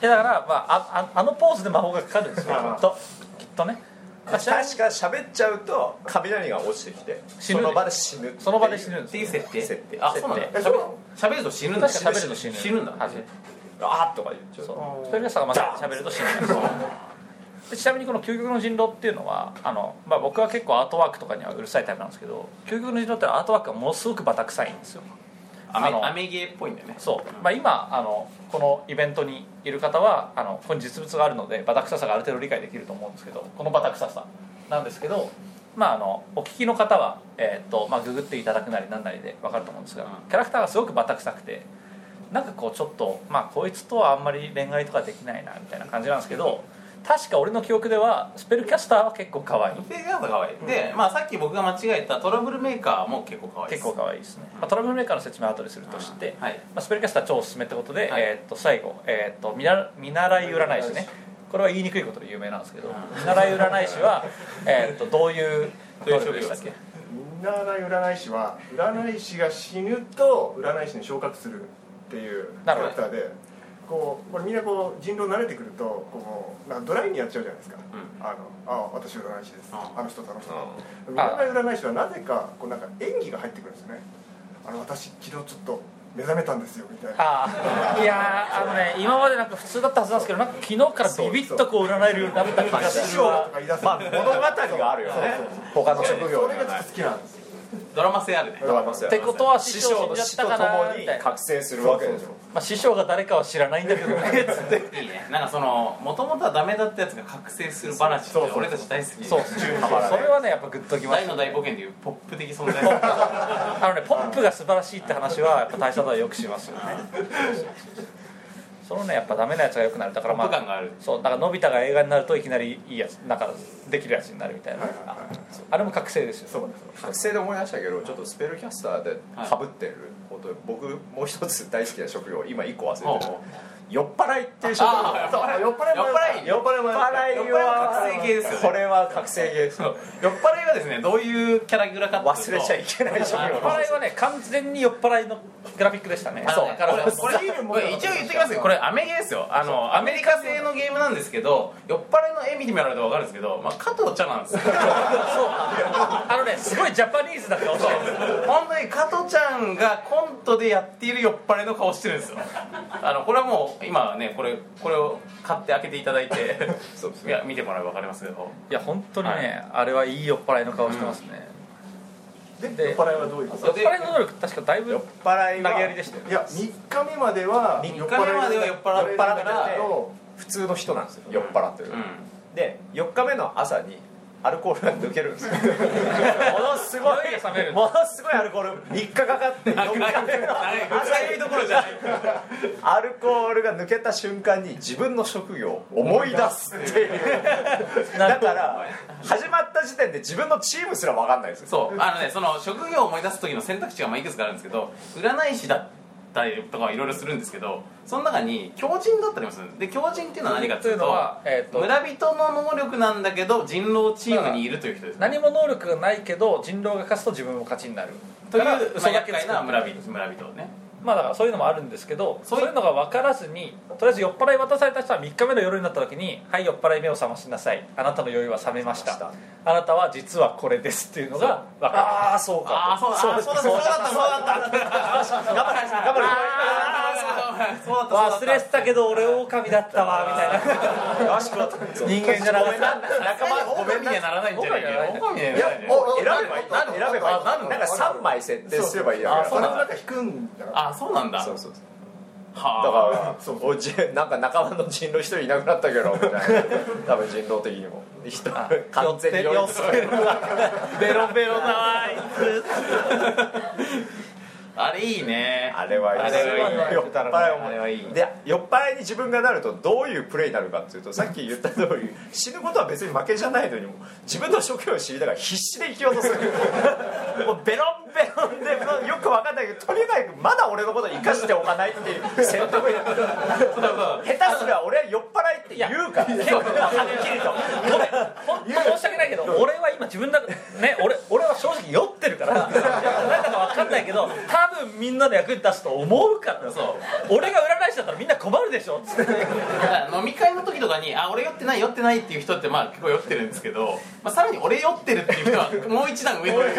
C: やだから、まあ、あああのポーズで魔法がかかるんですよ
E: ああ
C: きっときっとね
D: 確か喋っちゃうと雷が落ちてきて
C: 死ぬ
D: その場で死ぬっていう
C: その場で死ぬ
B: っ
C: んです
B: て
C: よ
B: いう設定
D: 設定
B: あそうなんだ喋
D: 設定
B: る喋ると死ぬんだ
C: 確か喋ると死ぬ
B: 死ぬんだ
C: はず
D: あーとか言っちゃう
C: そうスペルキャスターがまた喋ると死ぬでちなみにこの「究極の人狼」っていうのはあの、まあ、僕は結構アートワークとかにはうるさいタイプなんですけど究極の人狼ってアートワークがものすごくバタ臭いんですよ
B: アメ
C: あの
B: アメゲーっぽいんだよね
C: そう、まあ、今あのこのイベントにいる方はあのここに実物があるのでバタ臭さがある程度理解できると思うんですけどこのバタ臭さなんですけど、ままあ、あのお聞きの方は、えーとまあ、ググっていただくなりなんなりで分かると思うんですが、
B: うん
C: キャラクターがすごくバタ臭くてなんかこうちょっと、まあ、こいつとはあんまり恋愛とかできないなみたいな感じなんですけど確か俺の記憶ではスペルキャスターは結構可愛い
B: ペーガード可愛いで、まあ、さっき僕が間違えたトラブルメーカーも結構可愛いで
C: 結
B: す
C: 構可愛いですね、まあ、トラブルメーカーの説明は後でするとして、
B: うんはい
C: まあ、スペルキャスター超おすすめってことで、
B: はい
C: えー、と最後、えー、と見な見習い占い師ねこれは言いにくいことで有名なんですけど、見習い占い師は、えー、とどういう
B: どういう
C: 能力
B: 職業ですか
E: みんな占い占い師は占い師が死ぬと占い師に昇格するっていうキ
C: な
E: ャ
C: るほ
E: ラ
C: ど
E: クターでこうこれみんなこう人狼慣れてくるとこうなんかドライにやっちゃうじゃないですか、
B: う
E: あのあ私占い師です
B: あ
E: あの人とあの人
D: う
E: みんな占い師はなぜかこうなんか演技が入ってくるんですよねあの私昨日ちょっと目覚めたんですよみたいな
C: ああいやーあのね今までなんか普通だったはずなんですけどなんか昨日からビビッとこう占えるようになった気が
E: 師
C: す
E: 匠
C: る
E: とか
C: わ
E: 言い出す
D: まあ物語があるよね他の職業
E: そ
D: で
E: れ
D: は
E: がちょ
D: な
E: っ
D: い
E: と好きなんですよ
B: ドラマ性あるね
E: ドラマ
D: ますよ
C: ってことは師
D: 師
C: 匠
D: 匠
C: 死ん
D: の
C: じゃっ
D: 死
C: た
D: と
C: か
D: と
C: な
D: も
C: み
D: に
C: たいな、ま
D: 覚醒するわけでしょ
C: あ、師匠が誰かは知ら *laughs* ないんだけどねつって
B: いいねなんかそのもともとはダメだったやつが覚醒する話って
E: そうそう
B: 俺たち大好き
C: そうそれはねやっぱグッときまし
B: 大
C: た
B: の大冒険でいうポップ的存在 *laughs* だ
C: あのねポップが素晴らしいって話はやっぱ大佐はよくしますよねそのねやっぱダメなやつが良くなるだからま
B: ポップ感がある
C: そうだからのび太が映画になるといきなりいいやつなんかできるやつになるみたいな、
E: はいはいはい
C: あれも覚醒ですよ
E: そうです
D: 覚醒で思い出したけどちょっとスペルキャスターでかぶってることで僕もう一つ大好きな職業今一個忘れてる
B: おう
D: 酔っ払いっていう職業
B: あー
E: あ酔っ払いも
B: 酔っ払い
D: 酔っ払い
B: 酔っ払いは
D: は
B: 覚醒系ですよね
D: これは覚醒系ですよ
B: 酔っ払いはですねどういうキャラクターかって
D: 忘
B: いうと
D: れちゃいけない職業
B: あ
C: 酔っ払いはね完全に酔っ払いのグラフィックでしたね
B: あのね
C: だから
B: これこれこれ一応言ってきますよこれアメゲーですよあのアメリカ製のゲームなんですけど酔っ払いの絵見てもらうと分かるんですけど、まあ、加藤茶なんですよ
C: そうあのねすごいジャパニーズな顔してる
B: 本当に加藤ちゃんがコントでやっている酔っ払いの顔してるんですよあのこれはもう今ねこれこれを買って開けていただいて
D: そうです
B: い
D: ね
B: や見てもらえば分かりますけど
C: いや本当にね、
B: は
C: あれはいい酔っ払いの顔してますね、
E: で酔っ払いはどういうこと
C: 酔っ払いの能力確かだいぶ
D: 酔っ
C: 投
D: 払い
C: げやり
D: は
C: でしたよね
E: いや3日目までは
B: 三日目までは酔っ払ってたから
E: けど
D: 普通の人なんですよ酔っ払ってる
B: うん
D: で4日目の朝にアルコールが抜けるんですよものすご
C: 酔いが冷める
D: いものすごいアルコール3日かかって4日目の朝
B: 浅いところじゃない
D: アルコールが抜けた瞬間に自分の職業を思い出すっていうだから始まった時点で自分のチームすら分かんないですよ
B: そうあのねその職業を思い出す時の選択肢がまあいくつかあるんですけど占い師だったりとかはいろいろするんですけどその中に狂人だったりもするんですで狂人っていうのは何かっていう
C: というの
B: と
C: はえーと
B: 村人の能力なんだけど人狼チームにいるという人ですね
C: 何も能力がないけど人狼が勝つと自分も勝ちになる
B: という、ま
C: だから
B: あ、
C: 嘘だ
B: 厄
C: けつく
B: 介な村人村人をね
C: まあだからそういうのもあるんですけど
B: そ
C: そうう
B: いう
C: いうのが分からずにとりあえず酔っ払い渡された人は3日目の夜になった時に「はい酔っ払い目を覚ましなさいあなたの酔いは覚めました
D: 覚めま
C: あなたは実はこれです」っていうのが分か
D: ああそう
B: ああ
D: か
B: そうだ
D: そう
B: あ
D: だ
B: そうだ
D: そ
B: そうう
D: だ
B: だったそうだった
D: 頑張れ頑張れ
B: あーそうだったそうだったそうだった
C: る忘れてたけど俺狼だったわみたいな
D: よしこう
C: 人間じゃなかった
B: 仲間ごめんにはならないんじゃないかよ狼にはならないんじゃないかよ
D: 選べばいい選べばいい
B: あなんだ
D: なんか3枚設定すればいいや
E: あその中引くんだから
B: あそうなんだ
D: そうそうそうだ
B: はあ
D: から
E: そう
D: おじなんか仲間の人狼一人いなくなったけどみたいな多分人狼的にも人 *laughs* 完全に
C: 寄ってるベロベロだわあいつ
B: あれいいね
D: あれはいい
B: あれはいいね
D: 酔っ払い
B: あれ
D: 思
B: はいい
D: いで酔っ払いに自分がなるとどういうプレイになるかっていうとさっき言った通り死ぬことは別に負けじゃないのにも自分の職業を知りながら必死で生きよう *laughs* とするもうベロンベロンでもうよく分かんないけどとにかくまだ俺のことを生かしておかないっていう選択になってる
B: そうそうそう
D: 下手すりゃ俺は酔っ払いって言うから結構はっきりと
C: ごめん本当申し訳ないけど俺は今自分だね俺俺は正直酔ってるからなんだかわかんないけど多分みんなの役に立つと思うから
B: そう
C: 俺が占い師だったらみんな困るでしょつって
B: だから飲み会の時とかに「あ俺酔ってない酔ってない」っていう人ってまあ結構酔ってるんですけど、まあ、さらに俺酔ってるっていう人はもう一段上にいる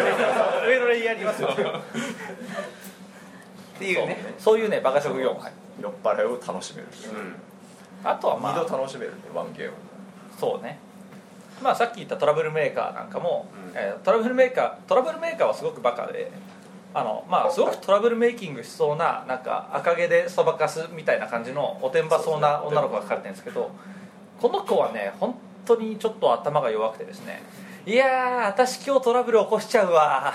C: 上のレイヤーにいますよ
B: っていうね
C: そういうねバカ職業も入る
D: 酔っ払いを楽しめる
B: うん
C: あとはま
D: 二
C: あ
D: 度楽しめるねワンゲーム
C: そうねまあさっき言ったトラブルメーカーなんかも、えートラブルメーカートラブルメーカーはすごくバカであのまあすごくトラブルメイキングしそうななんか赤毛でそばかすみたいな感じのおてんばそうな女の子が書かれてるんですけどこの子はね本当にちょっと頭が弱くてですねいやー私今日トラブル起こしちゃう *laughs* わ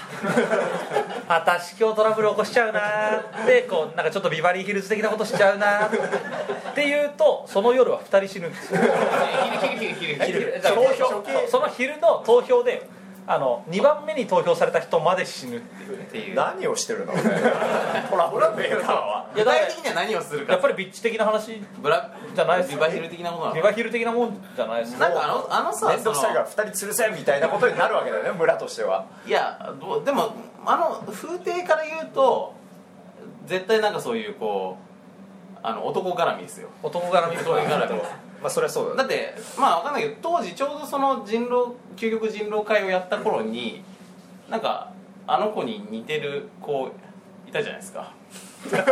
C: 私今日トラブル起こしちゃうなーでこうなんかちょっとビバリーヒルズ的なことしちゃうなーっていうとその夜は2人死ぬんですよ
B: 昼昼昼昼
C: 昼投票そうその昼の投票であの2番目に投票された人まで死ぬっていうね
B: っていう
D: 何をしてる *laughs* のトラブルメーカーは
B: 具体的には何をするか
C: やっぱりビッチ的な話
B: ブラ
C: じゃないです
B: ビ
C: か
B: バヒル的なものなの
C: ビバヒル的なもんじゃないです
B: なんかあのあのさ
D: 面倒くさいから2人吊るせみたいなことになるわけだよね村としては
B: そのいやどうでもあの風景から言うと絶対なんかそういうこうあの男絡みですよ
C: 男絡み
B: 男絡
C: *laughs*
B: み
D: まあそれはそうだ
B: だ
D: ね
B: ってまあわかんないけど当時ちょうどその人狼究極人狼会をやった頃になんかあの子に似てる子いたじゃないですか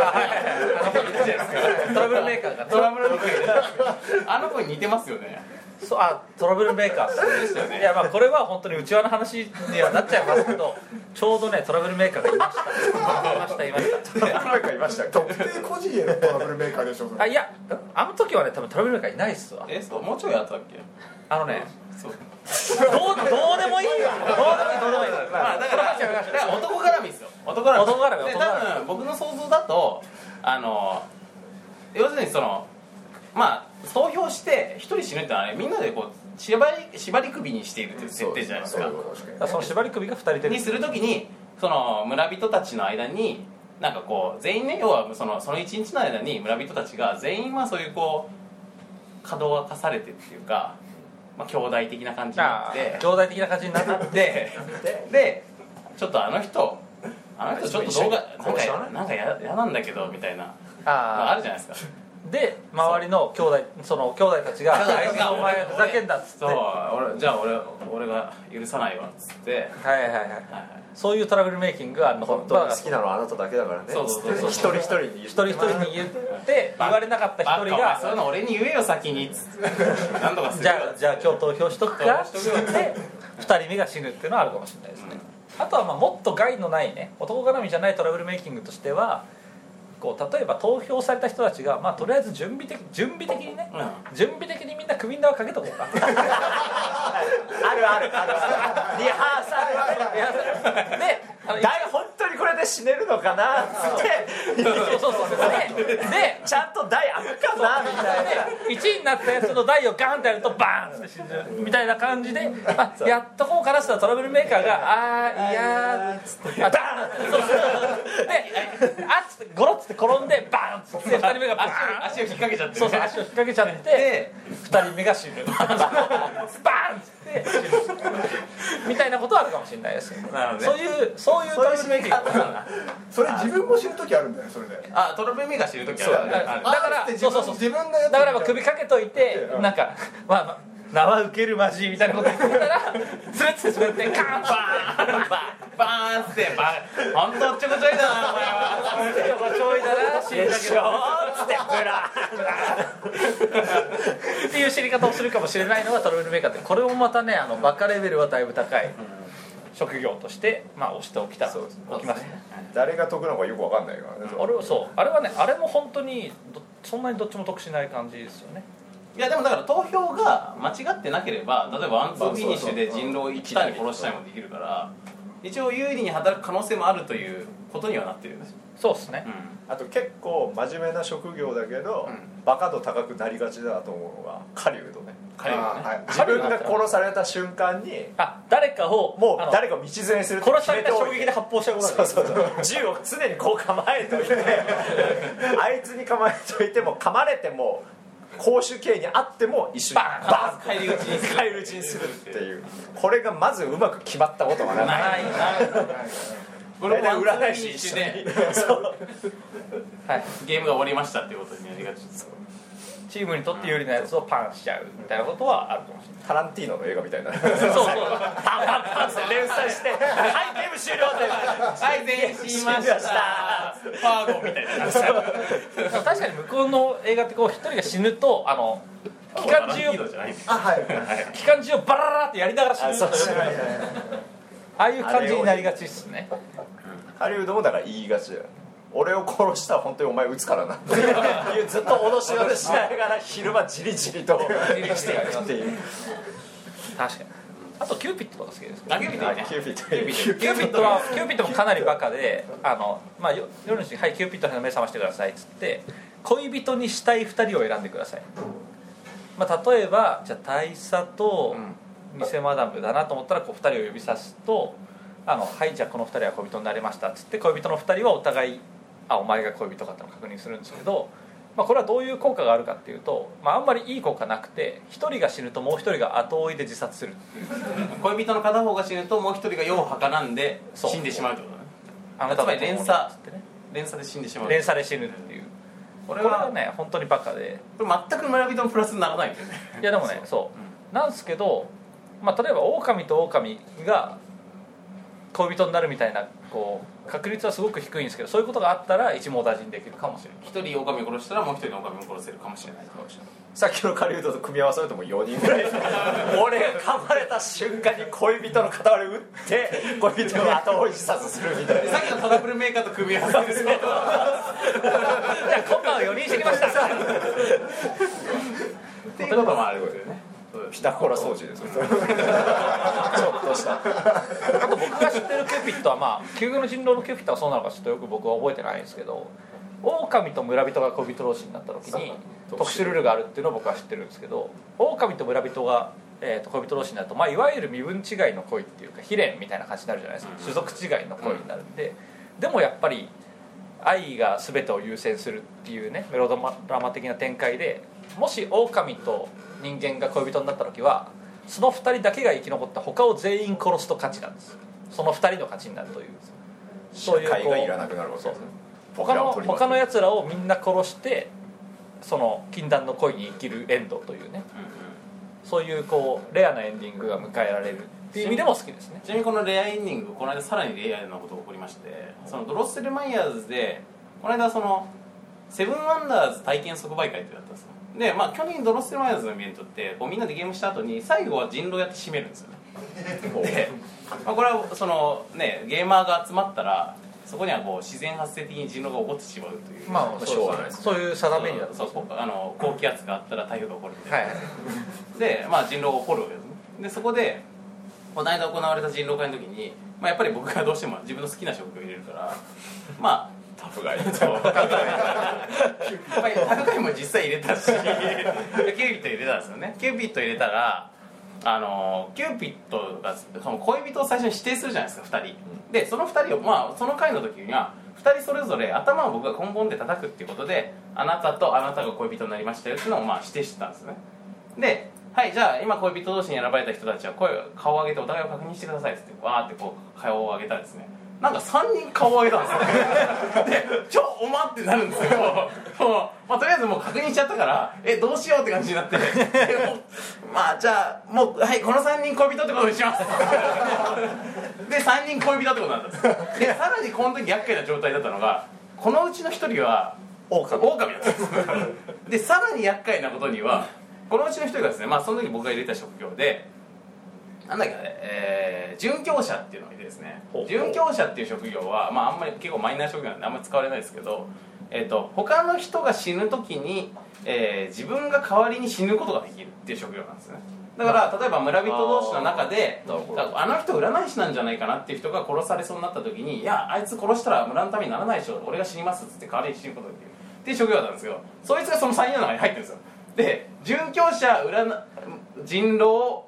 B: いたじゃないですか
C: トラブルメーカーが
B: トラブルメーカーいたじゃないあの子に似てますよね
C: そうあトラブルメーカーっす
B: たよね
C: いやまあこれは本当に内輪の話にはなっちゃいますけどちょうどねトラブルメーカーがいましたいましたいまし
D: トラブルメーカーい *laughs* ましたっけ
E: 特定個人へのトラブルメーカーでしょそ
C: たあ
E: れ
C: いやあの時はね多分トラブルメーカーいないっすわ
B: えそうもうちょいやったっけ
C: あのね
B: そう
C: どうどうでもいいよどうでもいいどうでもいい
B: まあだから
C: その話はやめましょう
B: だから男絡みですよ男絡み
C: 男絡み
B: で
C: 男絡み
B: 多分僕の想像だとあの要するにそのまあ投票して一人死ぬってのはあれみんなでこう縛り縛り首にしているっていう設定じゃないですか
D: そうそうそう
C: だからその縛り首が2人で
B: にするときにその村人たちの間になんかこう全員ね要はそのその一日の間に村人たちが全員はそういうこう稼働が課されてっていうか、まあ、兄弟的な感じにな
C: あ
B: って
C: ー状態的な感じになって
B: ででちょっとあの人あの人ちょっと動画な
D: こ
B: ん
D: れ
B: か
D: 知
B: や
D: らない
B: なんかややなんだけどみたいなまああ
C: *laughs* あ
B: るじゃないですか
C: ーで周りの兄弟そ *laughs* の兄弟たちが「あいつがお前ふざけんだ」っつって
B: そう
C: は
B: 俺じゃあ俺俺が許さないわっつって
C: いはい
B: は
C: はい
B: いはい
C: そういうトラブルメイキングが残
D: 本
C: っ
D: 当に好きなのはあなただけだからね
B: そうそうそうそう
D: 一人一人に
C: 一人一人に言って言われなかった一
B: バ
C: 人
B: カお前そういう
C: が
B: の俺に言えよ先にっつっ
C: *laughs*
B: て何とかす
C: じ
B: るよ
C: ゃあじゃあ今日投票しとくかっ
B: 投票
C: て
B: しとくよ
C: 2人目が死ぬっていうのはあるかもしれないですね、あとはまあもっと害のないね男絡みじゃないトラブルメイキングとしてはこう例えば投票された人たちが、まあ、とりあえず準備的準備的にね、
B: う
C: 準備的にみんな首ん玉かけとこう
D: *laughs*
C: か
D: あるあるあるあるリハーサルある
C: いやであの
D: 大本当にこれで死ねるのかなっつって
C: そうそうそうでで
D: ちゃんと台開くかなみたいな
C: で1位になったやつの台をガンってやるとバーンって死ぬみたいな感 *laughs* じであやっとこうかなって言ったらトラブルメーカーが「あーいやー」つってバーンそうそうであっつってゴロッつって転んでバーンっつって2人目がバーン
B: 足を足を引っ掛けちゃって
C: そうそう足を引っ掛けちゃって2人目が死ぬ *laughs* バーンっつって死ぬみたいなことはあるかもしれないですよね
B: なるほど
C: そう
B: ね
C: いうそういうトラブルメーカー
E: それ自分も知る時あるんだよそれで
B: あトラブルメーカーしてる時はある
C: だか
B: ある
E: あーっ
C: ら
E: て自
C: そう
E: 分
C: そうそう
E: 自分のやつ
C: だからまあ首かけといてなんかまあまあ縄受けるマジみたいなこと言ってたらスレッて滑ってカーンバーンバ
B: バーンってバーンホントおっちょこちょいだなお前は
C: ーンって横ちょいだな死んだけどっていう死に方をするかもしれないのがトラブルメーカーってこれもまたねあのバカレベルはだいぶ高い職業としてまあ押しておきた
D: そうです
C: おきますね
D: 誰が得なのかよくわかんないからね
C: あれはそうあれはねあれも本当にどそんなにどっちも得しない感じですよね
B: いやでもだから投票が間違ってなければ例えばワンツーフィニッシュで
D: まあそうそう
B: 人狼を一旦に殺したりもできるから一応有利に働く可能性もあるということにはなってるんですよ、
C: そうですね
D: あと結構真面目な職業だけど、
B: うん
D: バカ度高くなりがちだと思うのが狩人ね
B: 彼はね
E: あーはい
D: 自分が殺された瞬間に
C: あ誰かを
D: もう
C: あの
D: 誰かを道連れにするって
C: 殺
D: 決
C: さ
D: め
C: れ
D: て
C: た
D: お
C: 衝
D: い
C: 撃
D: て
C: で発砲したこと
D: そ
C: が
D: うそうそう銃を常にこう構えといてあいつに構えといても噛まれても公衆刑にあっても一緒に
C: バーン
D: バーン
B: 返り討ちにする
D: 返り討ちにするっていうこれがまずうまく決まったことがない
B: ないないこれ
D: 大
B: も
D: 体
B: ワンツーフ
D: 占い
B: ィ
D: 師
B: ニッシ
D: 一
B: ュ
D: 緒に
B: で
C: はい
B: ゲームが終わりましたっていうことになりがちです
C: チームにとって有利なやつをパンしちゃうみたいなことはあるかもしれない
D: タランティーノの映画みたいな
C: そうそう
D: パンパンパンって連載して「はいゲーム終了」って
B: はい全員死にましたファーゴみたいな感じ
C: 確かに向こうの映画ってこう一人が死ぬとあの機関銃を
B: じゃない
E: あはいはい
C: 機関銃をバラララってやりながら死ぬ
D: あ
C: と
D: そうそう
E: はいはいはい
C: ああいう感じになりがちっすね
D: ハリウッドもだから言いがちだよ俺を殺したら本当にお前撃つからなっていうずっと脅しをしながら昼間じりじりと生きていくっていう
C: 確かにあとキューピッドとか好きですけど
B: あキューピッドいいね
D: キューピットいい
C: キューピッドはキューピッドもかなりバカであの、まあ、よ夜のうちに「はいキューピッドの目覚ましてください」っつって恋人にしたい2人を選んでください、まあ、例えばじゃあ大佐と偽マダムだなと思ったらこう2人を呼び指すと「あのはいじゃあこの2人は恋人になれました」っつって恋人の2人はお互い「あお前が恋人か」ってのを確認するんですけど、まあ、これはどういう効果があるかっていうと、まあ、あんまりいい効果なくて1人が死ぬともう1人が後追いで自殺する
B: 恋人の片方が死ぬともう一人が世をはからんで
C: そう
B: 死んでしまうってことね
C: あなたの
B: つまり連鎖
C: 友達ってね
B: 連鎖で死んでしまう
C: 連鎖で死ぬっていうこ
B: こ
C: れ
B: れ
C: は
B: は
C: ね本当にバカで
B: これ全く村人のプラスにならないんだよね
C: いやでもねそうなんですけど、まあ、例えば狼と狼が恋人になるみたいなこう確率はすごく低いんですけどそういうことがあったら一網打尽できるかもしれない
B: 一人狼を殺したらもう一人の狼を殺せるかもしれない
D: さっきの狩人と組み合わせるともう4人ぐらい俺が噛まれた瞬間に恋人の片割れ打って恋人の後追い自殺するみたい
B: で
D: な
B: さっきのトラブルメーカーと組み合わせると
C: じゃあ今晩は4人してきました
B: っていうこともあるんですよね
D: ピタゴラ掃除ですよちょっとした
C: あと僕が知ってるキューピットはまあ究極の人狼のキューピットはそうなのかちょっとよく僕は覚えてないんですけど狼と村人が恋人同士になった時に特殊ルールがあるっていうのを僕は知ってるんですけど狼と村人が、えー、と恋人同士になると、まあ、いわゆる身分違いの恋っていうか非恋みたいな感じになるじゃないですか種族違いの恋になるんで、でもやっぱり愛が全てを優先するっていうねメロドラマ的な展開でもし狼と人間が恋人になった時はその2人だけが生き残った他を全員殺すと勝ちなんですその2人の勝ちになるというそういうこう
D: 社会がいらなくなるわけですね
C: 他
D: 僕ら
C: の
D: を取り巻く
C: 他のやつらをみんな殺してその禁断の恋に生きるエンドというねそういうこうレアなエンディングが迎えられるっていう意味でも好きですね
B: ちなみにこのレアエンディングこの間さらにレアなことが起こりましてそのドロッセルマイヤーズでこの間そのセブンワンダーズ体験即売会っていうのやったんですよでまあ去年ドロッセルマイヤーズのイベントってこうみんなでゲームした後に最後は人狼やって締めるんですよねで、まあ、これはそのねゲーマーが集まったらそこにはこう自然発生的に人狼が起こってしまうという
C: まあ
D: しょうがないですね
C: そういう定めになってます
B: そうそうあの高気圧があったら台風が起こるみたいな
C: はい
B: で、まあ、人狼が起こるわけですねでそこでこの間行われた人狼会の時に、まあ、やっぱり僕がどうしても自分の好きな職業を入れるからまあタフガイとやっぱりタフガイも実際入れたしキューピット入れたんですよねキューピット入れたらあのキューピットがその恋人を最初に指定するじゃないですか2人でその2人を、まあ、その回の時には2人それぞれ頭を僕がコンコンで叩くっていうことであなたとあなたが恋人になりましたよっていうのをまあ指定してたんですねで、はい、じゃあ今恋人同士に選ばれた人たちは声を顔を上げてお互いを確認してくださいっつってわーってこう顔を上げたらですねなんか3人顔を上げたんですよでちょおまってなるんですけど *laughs* もう、まあ、とりあえずもう確認しちゃったからえどうしようって感じになってで *laughs* もうまあじゃあもうはいこの3人恋人ってことにします *laughs* で3人恋人ってことになったんですでさらにこの時厄介な状態だったのがこのうちの1人は
C: 狼
B: 狼だったんですでさらに厄介なことにはこのうちの一人がですねまあその時僕が入れた職業でなんだっけあれえー、殉教者っていうのがいてですね
C: ほうほう
B: 殉教者っていう職業はまああんまり結構マイナー職業なんであんまり使われないですけどえっと他の人が死ぬ時に、えー自分が代わりに死ぬことができるっていう職業なんですねだから例えば村人同士の中で
D: あーなるほど
B: だからあの人占い師なんじゃないかなっていう人が殺されそうになった時にいやあいつ殺したら村のためにならないでしょ俺が死にますっつって代わりに死ぬことができるっていう職業だったんですよそいつがその3人の中に入ってるんですよで殉教者占人狼、えー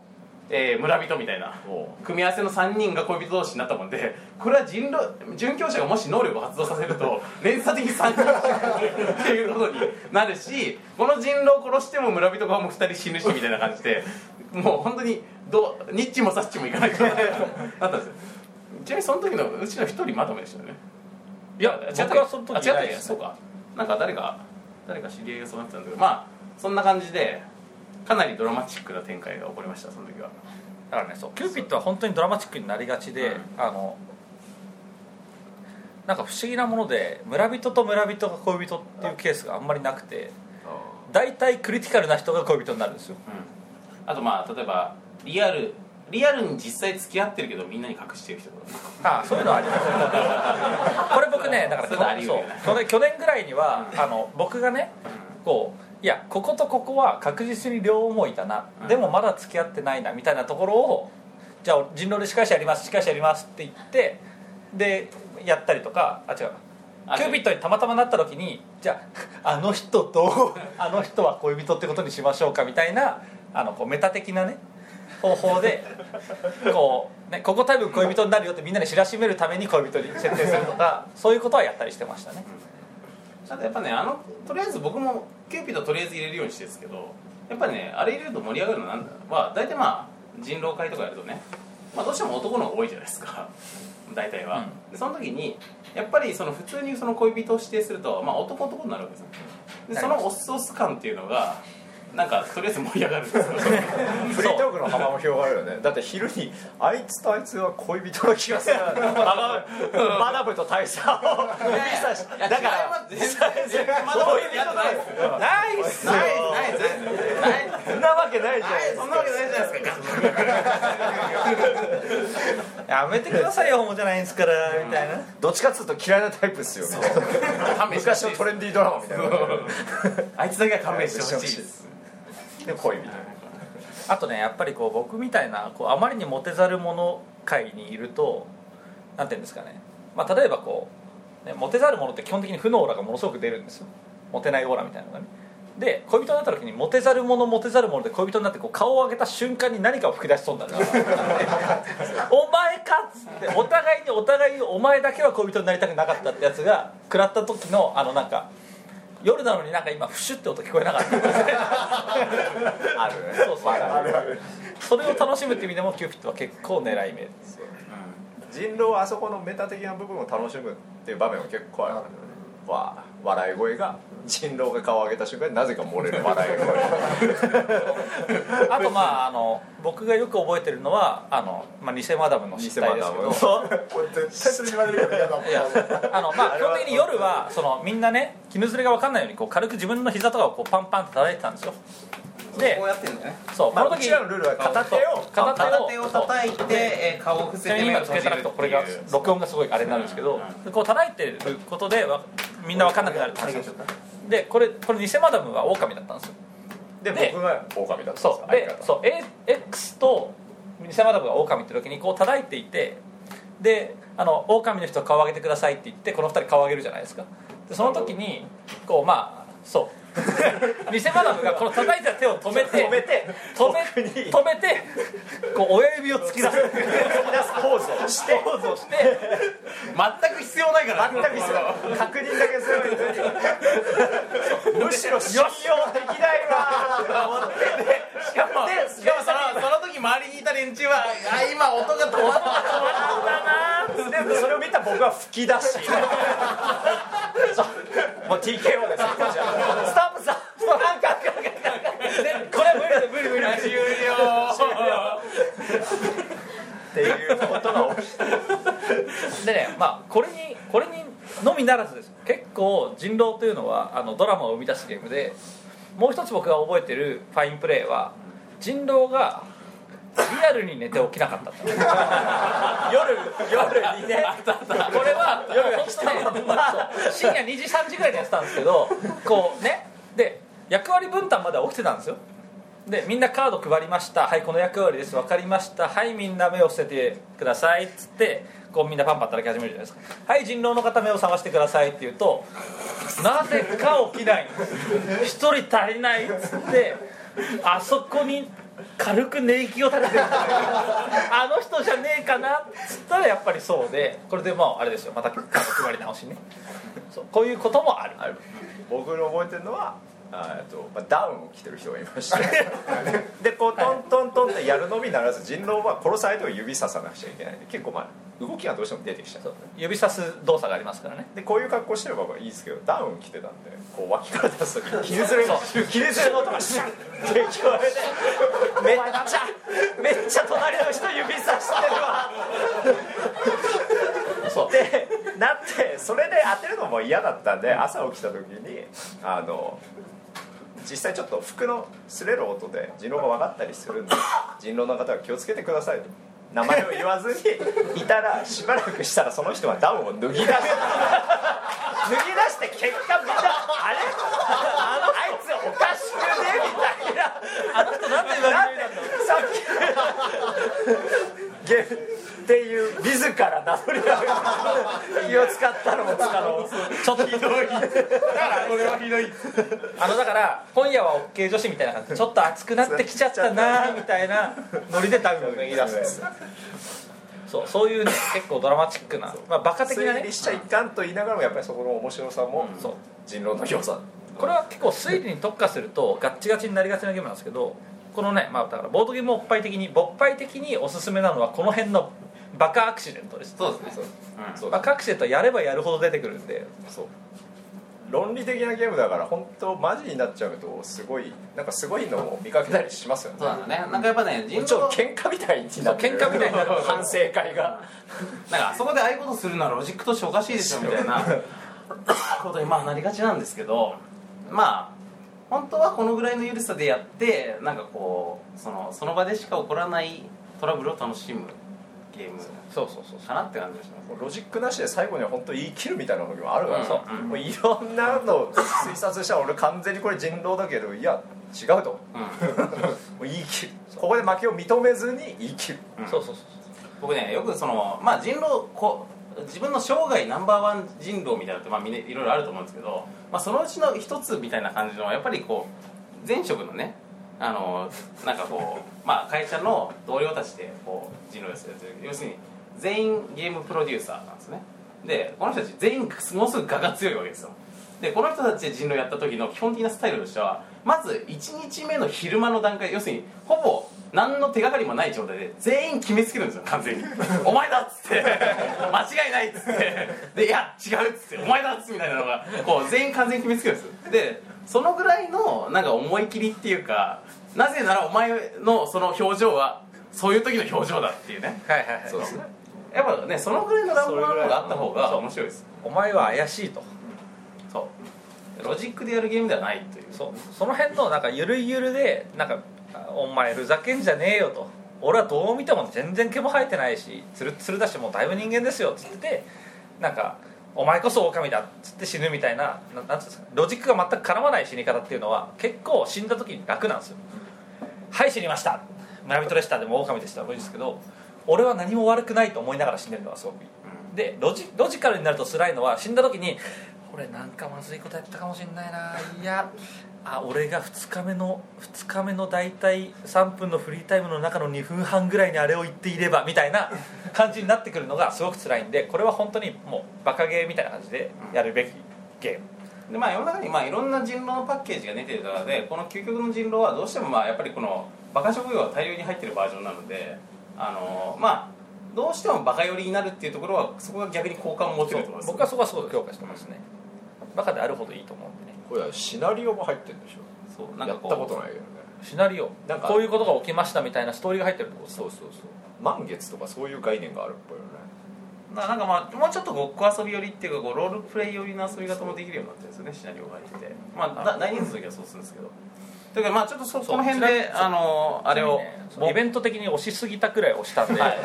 B: 村人みたいな
D: も
B: 組み合わせの3人が恋人同士になったもんでこれは人狼殉教者がもし能力を発動させる
C: *laughs*
B: と連鎖的に3人っていうことになるしこの人狼を殺しても村人がもう2人死ぬしみたいな感じでもう本当にどうニッチもサッチもいかない状態になったんですよちなみにその時のうちの1人まとめでしたよね
C: いや
B: 違った
C: 僕はその時
B: あ違
C: い
B: った
C: ない
B: っけ
C: です
B: そうかなんか誰か誰か知り合いがそうなってたんだけどまあそんな感じでかなりドラマチックな展開が起こりましたその時は
C: だからねそうキューピッドは本当にドラマチックになりがちで、あのなんか不思議なもので村人と村人が恋人っていうケースがあんまりなくて大体クリティカルな人が恋人になるんですよ
B: あとまあ例えばリアルリアルに実際付き合ってるけどみんなに隠してる人とか
C: ああそういうのはありますこれ僕ねだか
B: そういうのあ
C: ら
B: り
C: そ
B: 得
C: う
B: るよね
C: 去年去年ぐらいにはあの僕がねこういやこことここは確実に両思いだな、
B: うん
C: でもまだ付き合ってないなみたいなところをじゃあ人狼で司会者やります司会者やりますって言ってでやったりとかあ違う
B: あ
C: キューピットにたまたまなった時にじゃああ *laughs* の人とあの人は恋人ってことにしましょうかみたいなあのこうメタ的なね方法でこう、ね、ここ多分恋人になるよってみんなに知らしめるために恋人に設定するとかそういうことはやったりしてましたね
B: あとやっぱねあのとりあえず僕もキューピッドとりあえず入れるようにしてるんですけどやっぱねあれ入れると盛り上がるのなんだは大体まあ人狼会とかやるとね、まあ、どうしても男の方が多いじゃないですか大体は、でその時にやっぱりその普通にその恋人を指定すると、まあ、男男になるわけですよでそのオスオス感っていうのがなんかとりあえず盛り上がるんですよ
D: フリートークの幅も広がるよねだって昼にあいつとあいつは恋人の気 *laughs* がするマダムと大佐を指さしだか
B: だから
D: ら
B: 全然全然まだやってないですよ
D: ないっすよ
B: ないないないない
D: そんなわけないじゃん
B: そんなわけないじゃないですか
C: やめてくださいよホモじゃないんですからみたいな
D: どっちかっつうと嫌いなタイプっすよね
B: 勘弁してほし
D: 昔
B: い
D: のトレンディードラマみたいな
B: あいつだけは勘弁してほしいです
D: で恋人
C: あとねやっぱりこう僕みたいなこうあまりにモテざる者界にいるとなんていうんですかね、まあ、例えばこう、ね、モテざる者って基本的に負のオーラがものすごく出るんですよモテないオーラみたいなのがねで恋人になった時にモテざる者モテざる者で恋人になってこう顔を上げた瞬間に何かを吹き出しそうになるからお前かっつってお互いにお互いにお前だけは恋人になりたくなかったってやつが食らった時のあのなんか夜なのになんか今フシュって音聞こえなかった
D: あるね
C: そうそうそれを楽しむって意味でもキューピッドは結構狙い目です
D: 人狼はあそこのメタ的な部分を楽しむっていう場面も結構あるよねわ笑い声が人狼が顔を上げた瞬間になぜか漏れる笑い声
C: あとまああの僕がよく覚えてるのはあの、まあ、偽マダムの失態です
D: 偽
C: け
D: マダム
C: ど *laughs*
E: これ絶対それ言われるから嫌だもん
C: いやあのまあ基本的に夜はそのみんなね絹ずれが分かんないようにこう軽く自分の膝とかをこうパンパンって叩いてたんですよで
B: こうやってんだね
C: そ
D: *laughs*
C: う
D: まあ
C: この
D: う
C: 時
D: ちらのルールは片手を
C: 片手を
B: 片手を叩いて、えー顔を伏せて目
C: 今
B: を
C: つ
B: 閉
C: け
B: じるっ
C: たら
B: てい
C: と
B: う
C: これが録音がすごいあれになるんですけど
B: う
C: こう叩いてることでわみんな分かんなくなるって話なんですよでこれこれ偽マダムはオオカミだったんですよ
D: で
C: で
D: 僕が狼だったんですよ
C: そう
D: 相
C: で
D: 方
C: そう A- X と偽マダムがオオカミって時にこう叩いていてであのオオカミの人顔上げてくださいって言ってこの二人顔上げるじゃないですかでその時にこうまあそう *laughs* 偽マダムがこの叩いた手を止めて
D: 止めて
C: 止め
D: 奥に
C: 止めてこう親指を突き出す
D: 突き出すポーズをして
C: ポーズをして
B: 全く必要ないから
D: 全く必要ない確認だけするのにむしろ信用できないわーって思って
B: しかもしかもそのその時周りにいた連中はあ今音が止まった
D: でもそれを見た僕は吹き出し
C: *laughs*
D: もう TKO ですよスタッフさんスタッフさんか
C: でこれは無理だ無理無理
B: 終了
D: っていうことが起き
C: でねまあこれにこれにのみならずです結構人狼というのはあのドラマを生み出すゲームでもう一つ僕が覚えてるファインプレーは人狼がリアルに寝て起きなかったっていう
D: *laughs* 夜夜にね
C: *laughs* これは本当に、そう深夜2時3時ぐらいにやってたんですけどこうねで役割分担までは起きてたんですよでみんなカード配りましたはいこの役割です分かりましたはいみんな目を伏せてくださいっつってこうみんなパンパン働き始めるじゃないですかはい人狼の方目を覚ましてくださいって言うとなぜか起きない一人足りないっつってあそこに軽く寝息を立ててるあの人じゃねえかなっつったらやっぱりそうでこれでもうあれですよまたカード配り直しねそうこういうこともある
D: 僕の覚えてるのはあーえっとまあダウンを着てる人がいまして *laughs* でこうトントントンってやるのみならず人狼は殺す相手を指ささなくちゃいけないんで結構まあ動きがどうしても出てきちゃう
C: そう指さす動作がありますからね
D: でこういう格好してればいいですけどダウン着てたんでこう脇から出す時にひねずれのひねずれの音がシュッって聞こえてめっちゃめっちゃ隣の人指さしてるわ
C: そう
D: でなってそれで当てるのも嫌だったんで朝起きた時にあの実際ちょっと服の擦れる音で人狼が分かったりするんで人狼の方は気をつけてくださいと名前を言わずにいたらしばらくしたらその人はダウンを脱ぎ出して脱ぎ出して結果みんなあれあのあいつおかしくねみたいな
C: あの人なんで上着脱いだんだろう
D: さっきゲームっていう自ら名乗り上げ気を使ったのもつかの
C: ちょっとひどいだからこれはひどいあのだから今夜は OK 女子みたいな感じでちょっと熱くなってきちゃったなみたいなノリでダウンを脱ぎ出すそうそういうね結構ドラマチックな、まあ、バカ的な
D: 推
C: ね
D: 理しちゃいかんと言いながらもやっぱりそこの面白さも
C: そう
D: 人狼の良さ
C: これは結構推理に特化するとガッチガチになりがちなゲームなんですけどこのねまあだからボードゲームおっぱい的に勃発的におすすめなのはこの辺のバカアクシデントです
B: そうですね
D: そ
B: そうう
C: バカアクシデントはやればやるほど出てくるんで
D: そう論理的なゲームだから本当マジになっちゃうとすごいなんかすごいのを見かけたりしますよね
B: そうなんだねなんかやっぱね人
D: ちょっと
B: 狼
D: 喧嘩みたいになってる
C: そう喧嘩みたいになる
D: 反省会が
B: なんかあそこでああいうことするのはロジックとしておかしいでしょみたいなことにまあなりがちなんですけどまあ本当はこのぐらいの緩さでやってなんかこうそのその場でしか起こらないトラブルを楽しむゲーム
C: そうそうそう
B: かなって感じがします
D: ロジックなしで最後には本当言い切るみたいなのもあるからさ、
B: うん
D: もういろんなのを推察したら俺完全にこれ人狼だけどいや違うと *laughs* も
B: うん
D: う言い切るここで負けを認めずに言い切る
B: うん
C: そうそうそう
B: 僕ねよくそのまあ人狼こう自分の生涯ナンバーワン人狼みたいなのって、まあ、みんないろいろあると思うんですけど、まあ、そのうちの一つみたいな感じのやっぱりこう前職のねあのなんかこう、まあ、会社の同僚たちでこう人狼やってる要するに全員ゲームプロデューサーなんですねでこの人たち全員ものすごく我が強いわけですよでこの人たちで人狼やった時の基本的なスタイルとしてはまず1日目の昼間の段階要するにほぼ何の手がかりもない状態で全員決めつけるんですよ完全に「お前だ!」っつって「間違いない!」っつって「でいや違う!」っつって「お前だ!」っつってみたいなのがこう全員完全に決めつけるんですよでそのぐらいのなんか思い切りっていうかなぜならお前のその表情はそういう時の表情だっていうね
C: はいはいはい
D: そうですね
B: やっぱねそのぐらいの乱暴なのがあった方が
C: それぐらい
B: 面白いです
C: お前は怪しいと
B: そうロジックでやるゲームではないという
C: そうその辺のなんかゆるいゆるでなんかあお前ふざけんじゃねえよと俺はどう見ても全然毛も生えてないしつるつるだしもうだいぶ人間ですよっつっててなんかお前こそ狼だっつって死ぬみたいなななんつうんですかロジックが全く絡まない死に方っていうのは結構死んだ時に楽なんですよはい死にました村人でしたでも狼でしたでもいいですけど俺は何も悪くないと思いながら死んでるのはすごくいいでロジロジカルになると辛いのは死んだ時に俺なんかまずいことやったかもしんないないやあ俺が2日目の2日目の大体3分のフリータイムの中の2分半ぐらいにあれを言っていればみたいな感じになってくるのがすごく辛いんでこれは本当にもうバカゲーみたいな感じでやるべきゲ
B: でまあ世の中にまあいろんな人狼のパッケージが出てる中でこの究極の人狼はどうしてもまあやっぱりこのバカ職業が大量に入ってるバージョンなのであのまあどうしてもバカ寄りになるっていうところはそこが逆に好感を持
C: ー
B: て
C: ム
B: ると思います
C: 僕はそこはすごく評価してますねバカであるほどいいと思うんでね
D: これはシナリオも入ってるんでしょ
B: そうなん
D: や
B: か
D: った
B: こう
D: ことないけどね
C: シナリオ
D: なんか
C: こういうことが起きましたみたいなストーリーが入ってるってこと
D: そうそうそう満月とかそういう概念があるっぽいよね
B: ななんかまあもうちょっとごっこ遊び寄りっていうかこうロールプレイ寄りの遊び方もできるようになってるんですよねシナリオが入っててまあだ大人数の時はそうするんですけどというかまあちょっとそこの辺
C: そうち
B: で
C: なみに
B: あのあれを
C: イベント的に押しすぎたくらい押したんで、
B: はい、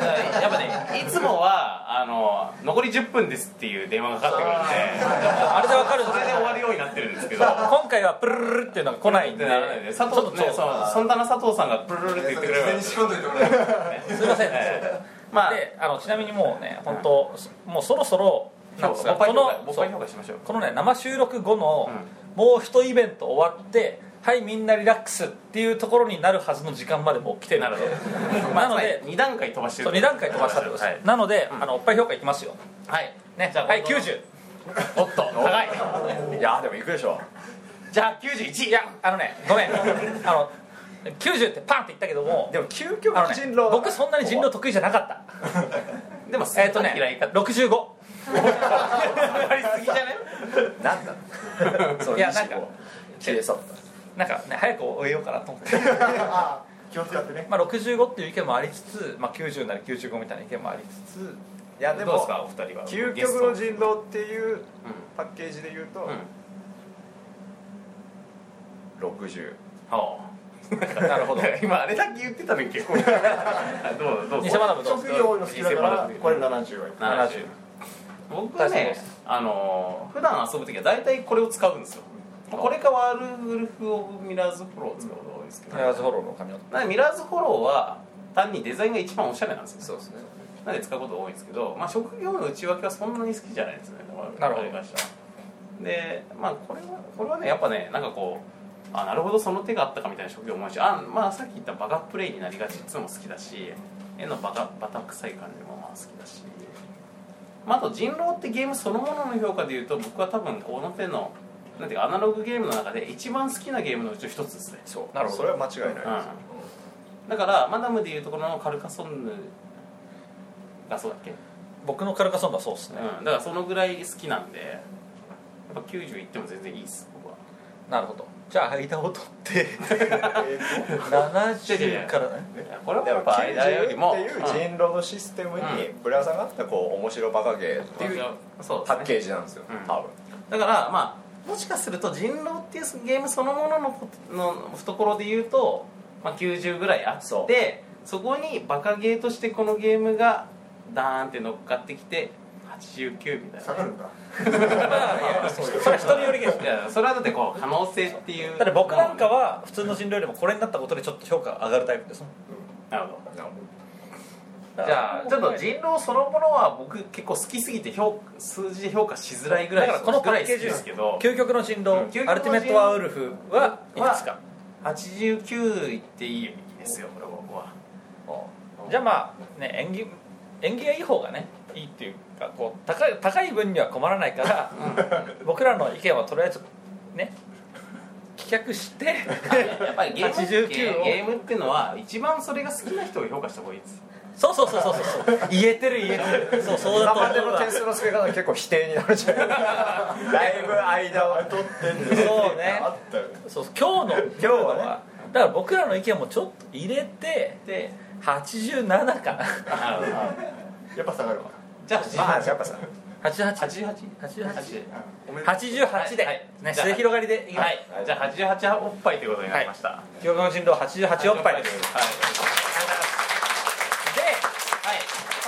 B: やっぱ *laughs* ねいつもはあの残り10分ですっていう電話がかかってくるんで
C: あれでわかるん
B: そ
C: で
B: れ
C: す
B: で
C: よ
B: 終わるようになってるんですけど
C: 今回はプルルルっていうのが来ないん
B: っ
C: で
B: てならないで佐
C: ちょっ
B: 藤ね
C: とそう
B: そのそんだな佐藤さんがプルルルって言ってくれれば
E: 全に仕込んどいてもらえる
C: すいません、
B: え
C: そう
B: まあ
C: であのちなみにもうね本当、もうそろそろなんですが
B: 5
C: こ
B: 杯評
C: の
B: 価5
C: そう
B: 杯評価しましょう
C: このね生収録後の、もう一イベント終わってはいみんなリラックスっていうところになるはずの時間までもう来てる
B: なるほど
C: な
B: な
C: の
B: の
C: で
B: で2段階飛ばしてる
C: そう2段階飛ばしたってことです、
B: はい
C: なので、あのおっぱい評価いきますよ
B: はい
C: ね
B: じゃあ
C: はい
B: 今度
C: 90
B: おっと高い
D: いやーでもいくでしょ
C: じゃあ91いやあのねごめんあの90ってパンって言ったけども
D: でも究極
C: あのね
D: 人狼
C: 僕そんなに人狼得意じゃなかった
B: でも
C: えっとね
B: 嫌いか
C: 65
B: やりすぎじゃね
D: なんだその
C: いやなんか
D: 意思を消え去った
C: なんかね早く終えようかなと思って、 *laughs*
E: あー気を使ってね
C: まあ、65っていう意見もありつつ、まあ、90なら95みたいな意見もありつつ
D: いやで
B: どうです
D: も
B: かお二人は
D: 究
B: ゲス
D: 極
B: ト
D: の人狼っていうパッケージで言うと
B: うんうん
D: 60
B: は
C: なるほど
B: あ今あれだけ言ってたのに結構どうどう
C: 偽マダムどう
E: 職業多いの好きだから
B: 偽物
E: これ70はい
B: 70僕は
C: 大丈夫で
B: ね
C: す
B: あの普段遊ぶ時は大体これを使うんですよこれかワールウルフ・オブ・ミラーズ・フォローを使うことが多いですけど
C: ミラーズフォローの髪の
B: なんでミラーズ・フォローは単にデザインが一番おしゃれなんです
D: そ
B: よ
D: うですね
B: なんで使うことが多いんですけど、まあ、職業の内訳はそんなに好きじゃないですね
C: なるほ
B: 我
C: ど
B: 々からしたらでまあこれはこれはねやっぱねなんかこうあなるほどその手があったかみたいな職業思うしあまあさっき言ったバカプレイになりがちっつうのも好きだし絵のバカバタ臭い感じもまあ好きだし、まあ、あと人狼ってゲームそのものの評価でいうと僕は多分この手のなんていうかアナログゲームの中で一番好きなゲームのうちの一つですね
D: そう
C: なるほ
D: そ
C: ど
D: れは間違いない
B: う
D: です、
B: んだからマダムでいうところのカルカソンヌがそうだっけ
C: 僕のカルカソンヌはそうですね、
B: うん、だからそのぐらい好きなんでやっぱ90いっても全然いいっす僕は
C: なるほどじゃあ間を取
B: *laughs*
C: って
D: えーと
C: 70からね
B: いやこれは
D: で
B: や
D: も
B: っぱ間よりも
D: 90っていう人狼のシステムに
B: う
D: ブラザーがあったこう面白バカゲーって
B: うん
D: いう
B: そうです
D: パ
B: ね
D: ッケージなんですよ
B: うん
D: 多分
B: だからまあもしかすると人狼っていうゲームそのもののことの懐で言うと、まあ、90ぐらいあって
D: そ
B: そこにバカゲーとしてこのゲームがダーンって乗っかってきて89みたい
E: 下
B: な
E: がるんだ
C: まあいやそうよそれは人によりけど
B: いやそれはだってこう可能性っていう
C: だって僕なんかは普通の人類よりもこれになったことでちょっと評価が上がるタイプですもん
B: なるほど
D: なるほ
B: じゃあちょっと人狼そのものは僕結構好きすぎて評数字で評価しづらいぐらい
C: だからこのパッケージ
B: ぐらい好きですけど
C: 究極の人狼、
B: 究極の人狼
C: アルティメットワーウルフはいくつか
B: 89いっていいですよこれ僕は
C: じゃあまあね縁起縁起がいい方がねいいっていうかこう高い高い分には困らないから、僕らの意見はとりあえずね棄却して
B: やっぱりゲームって
C: 89を
B: ゲームっていうのは一番それが好きな人を評価した方がいいです
C: そうそうそうそうそうそう言えてる言えてるそうそう
D: ど
C: だ
D: 今
C: と思
D: まで
C: う
D: の
C: わ
D: 点数の付け方結構否定になるじ
B: *laughs*
D: ゃないだいぶ間を取ってんで
C: そうね
D: あったよね
C: そう今日の
D: 今日はね
C: だから僕らの意見もちょっと入れて
B: で
C: 87かな
B: なるほど
E: やっぱ下がるわ
B: じゃあ
D: まあやっぱさ
C: 8888
B: 88
C: 88
E: おめでとう
C: 88で、
B: はい
C: ね
B: じゃあ
C: 末広がりでいきます、
B: はいじゃあ88おっぱいということになりました
C: 記憶の人狼88おっぱい
B: はい
C: でま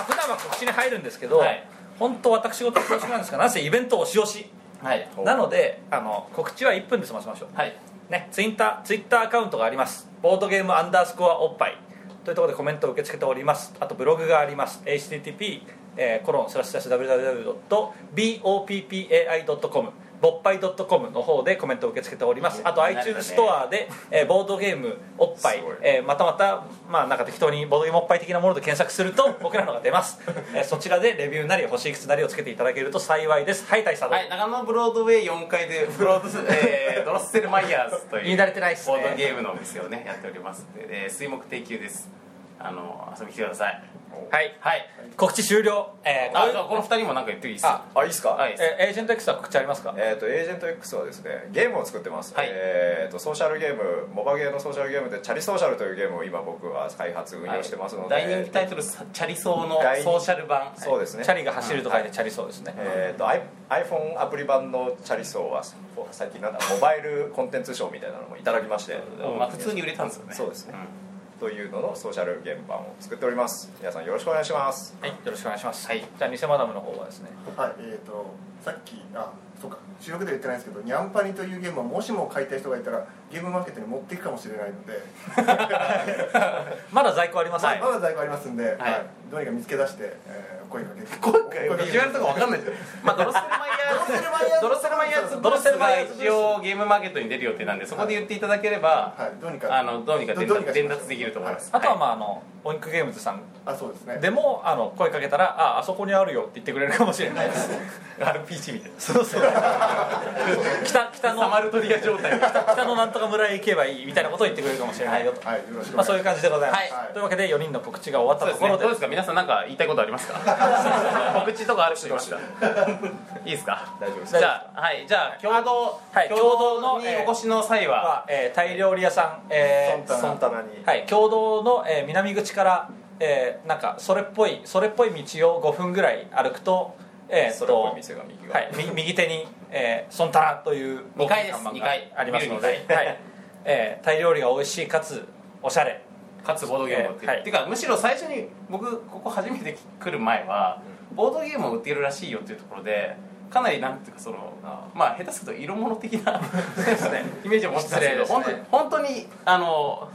C: あ普段は告知に入るんですけど、
B: はい
C: 本当私事恐縮なんですがなぜイベント押し押し
B: はい
D: お
C: なのであの告知は1分で済ませましょう
B: はい
C: ね、ツイッターツイッターアカウントがありますボードゲームアンダースコアおっぱいというところでコメントを受け付けておりますあとブログがあります http えーコロンスラッシュスラッシュ www.boppai.com ぼっぱい .com の方でコメントを受け付けておりますあと
B: 慣れたね
C: iTunes ストアで、えーボードゲームおっぱい
D: すごい
C: えーまたまた、まあ、なんか適当にボードゲームおっぱい的なもので検索す
D: *laughs*
C: ると僕らのが出ます、えーそちらでレビューなり星いくつなりをつけていただけると幸いですはい大佐、
B: はい、長野ブロードウェイ4階でブロードス、えー、ドロッセルマイヤーズという
C: 言い慣れてないっすね
B: ボードゲームのお店をねやっておりますので、えー、水木定休ですあの遊びに来てください
C: はい、
B: はい
C: 告知終了、えー
B: あこの二人もなんか言っていいです
C: あ
B: か
D: あいいっすか
B: はい
C: えーエージェント X は告知ありますか
D: えー、とエージェント X はですねゲームを作ってます、
B: はい
D: えー、とソーシャルゲームモバゲーのソーシャルゲームでチャリソーシャルというゲームを今僕は開発運用してますので、
B: 大人気タイトル「さチャリソー」の
D: 大人気
B: ソーシャル版
D: そうですね
C: チャリが走ると書いてチャリそうですね、
D: えー、と i- iPhone アプリ版のチャリソーは最近なんだモバイルコンテンツ賞みたいなのもいただきまして
B: まあ、普通に売れたんですよね
D: そうですねというののソーシャルゲーム版を作っております皆さんよろしくお願いします
C: はい、よろしくお願いします、
B: はい
C: じゃあ偽マダムの方はですね
E: はいえー、とさっきあそうか収録では言ってないんですけどニャンパニというゲームはもしも買いたい人がいたらゲームマーケットに持っていくかもしれないの
B: *laughs*
E: で、
C: まだ在庫ありません、
E: まだ在庫ありますんで、はい
B: はい
E: どうにか見つけ出して、えー、声かけて
B: 今回ビジュアルとかわかんないですよまあドロッセルマイヤーズドロッセルマイヤーズドロッセルマイヤーズが一応ゲームマーケットに出る予定なんでそこで言っていただければ、
E: はいどうにか
B: あのどうにか伝
E: どうにか
B: 達伝達できると思います、
C: あとはまああのオインクゲームズさん
E: あそうですね
C: でもあの声かけたら「ああそこにあるよ」って言ってくれるかもしれないです
B: RPG みたいな
C: そうそう *laughs* 北北
B: サ
C: の
B: マルトリア状態は
C: 北のなんとか村へ行けばいいみたいなことを言ってくれるかもしれないよと、
E: はいよろしくお願い
C: まあ、
E: し
C: そういう感じでございます、
E: はい
C: というわけで4人の告知が終
B: そ
C: わっ
B: うです
C: たとこ
B: ね
C: ろで
B: どうですか皆さんなんか言いたいことあります *laughs* か告知とかある人いましたいいですか
D: 大丈夫です
B: じゃあはいじゃあ共同、
C: はい
B: 共同
C: 共同の
B: にお越しの際は、
C: は、えータイ料理屋さん、
E: ソ
C: えー
E: ンタナ
D: ソンタナに
C: はい、共同の、えー南口から、えーなんかそれっぽいそれっぽい道を5分ぐらい歩くと,、えーっと
D: それっぽい店が右側
C: はい、み右手に、えー、ソンタラという
B: 二階です
C: 看板
B: 二
C: が
B: 階
C: ありますので、
B: ビル二階
C: はいえータイ料理が美味しいかつおしゃれ
B: かつボードゲームを売ってる、
C: はい
B: てかむしろ最初に僕ここ初めて来る前はボードゲームを売ってるらしいよっていうところでかなりなんていうかそのまあ下手する *laughs* と色物的なイメージを持ってたんですけど
C: 失礼ですね
B: 本当に本当にあの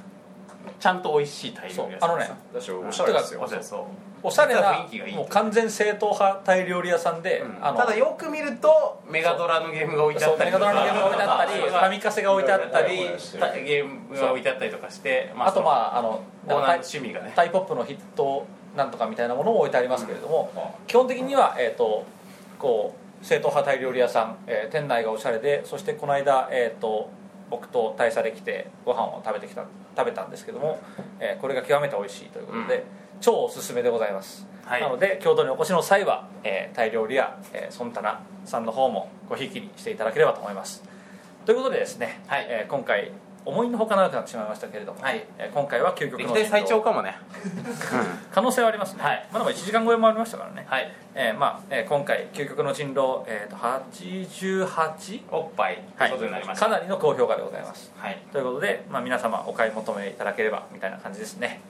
B: ちゃんと美味しいタイ料理屋さん
C: そうあのね
D: 私おしゃれです
B: お
D: よ
B: しゃれそう
C: おしゃれ
B: 実
C: な
B: は雰囲気がいい
C: もう完全正統派タイ料理屋さんで、あの
B: ただよく見るとメガドラのゲームが置いてあ
C: そ
B: っ
C: う
B: た
C: メ
B: り
C: ガ
B: と
C: ド
B: か
C: ラのゲームが置いてあったりファミカセが置いてあったり
B: たりゲームが置いてあったりとかして、
C: あとまああの
B: そのオーナーの
C: タイ
B: 趣味がね
C: タイポップのヒットなんとかみたいなものを置いてありますけれども、基本的には、えー、とこう正統派タイ料理屋さん、えー店内がおしゃれでそしてこの間、えー、と僕と大佐で来てご飯を食べてきた食べたんですけども、えーこれが極めて美味しいということで、
B: うん
C: 超おすすめでございます、
B: はい
C: なので京都にお越しの際は、えータイ料理屋、えー、ソンタナさんの方もごひいきにしていただければと思いますということでですね、
B: はい
C: えー今回思いのほか長くなってしまいましたけれども、
B: はい
C: えー今回は究極の
B: 歴代最長かもね
C: 可能性はありますね、
B: はい
C: まだまだ1時間超えもありましたからね、
B: はい
C: えーまあえー今回「究極の人狼」えーと、88、
B: おっぱいと
C: は
B: いうことになりま
C: い、
B: した
C: かなりの高評価でございます
B: はい
C: ということで、まあ、皆様お買い求めいただければみたいな感じですね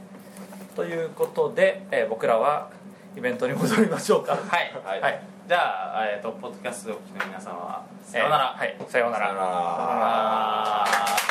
C: ということで、えー僕らはイベントに戻りましょうか
B: はい、
C: はい、
B: じゃあ、えー、とポッドキャストをお聞きの皆さんは
C: えー
B: さようなら、
C: はい、さようなら
D: あら
B: あー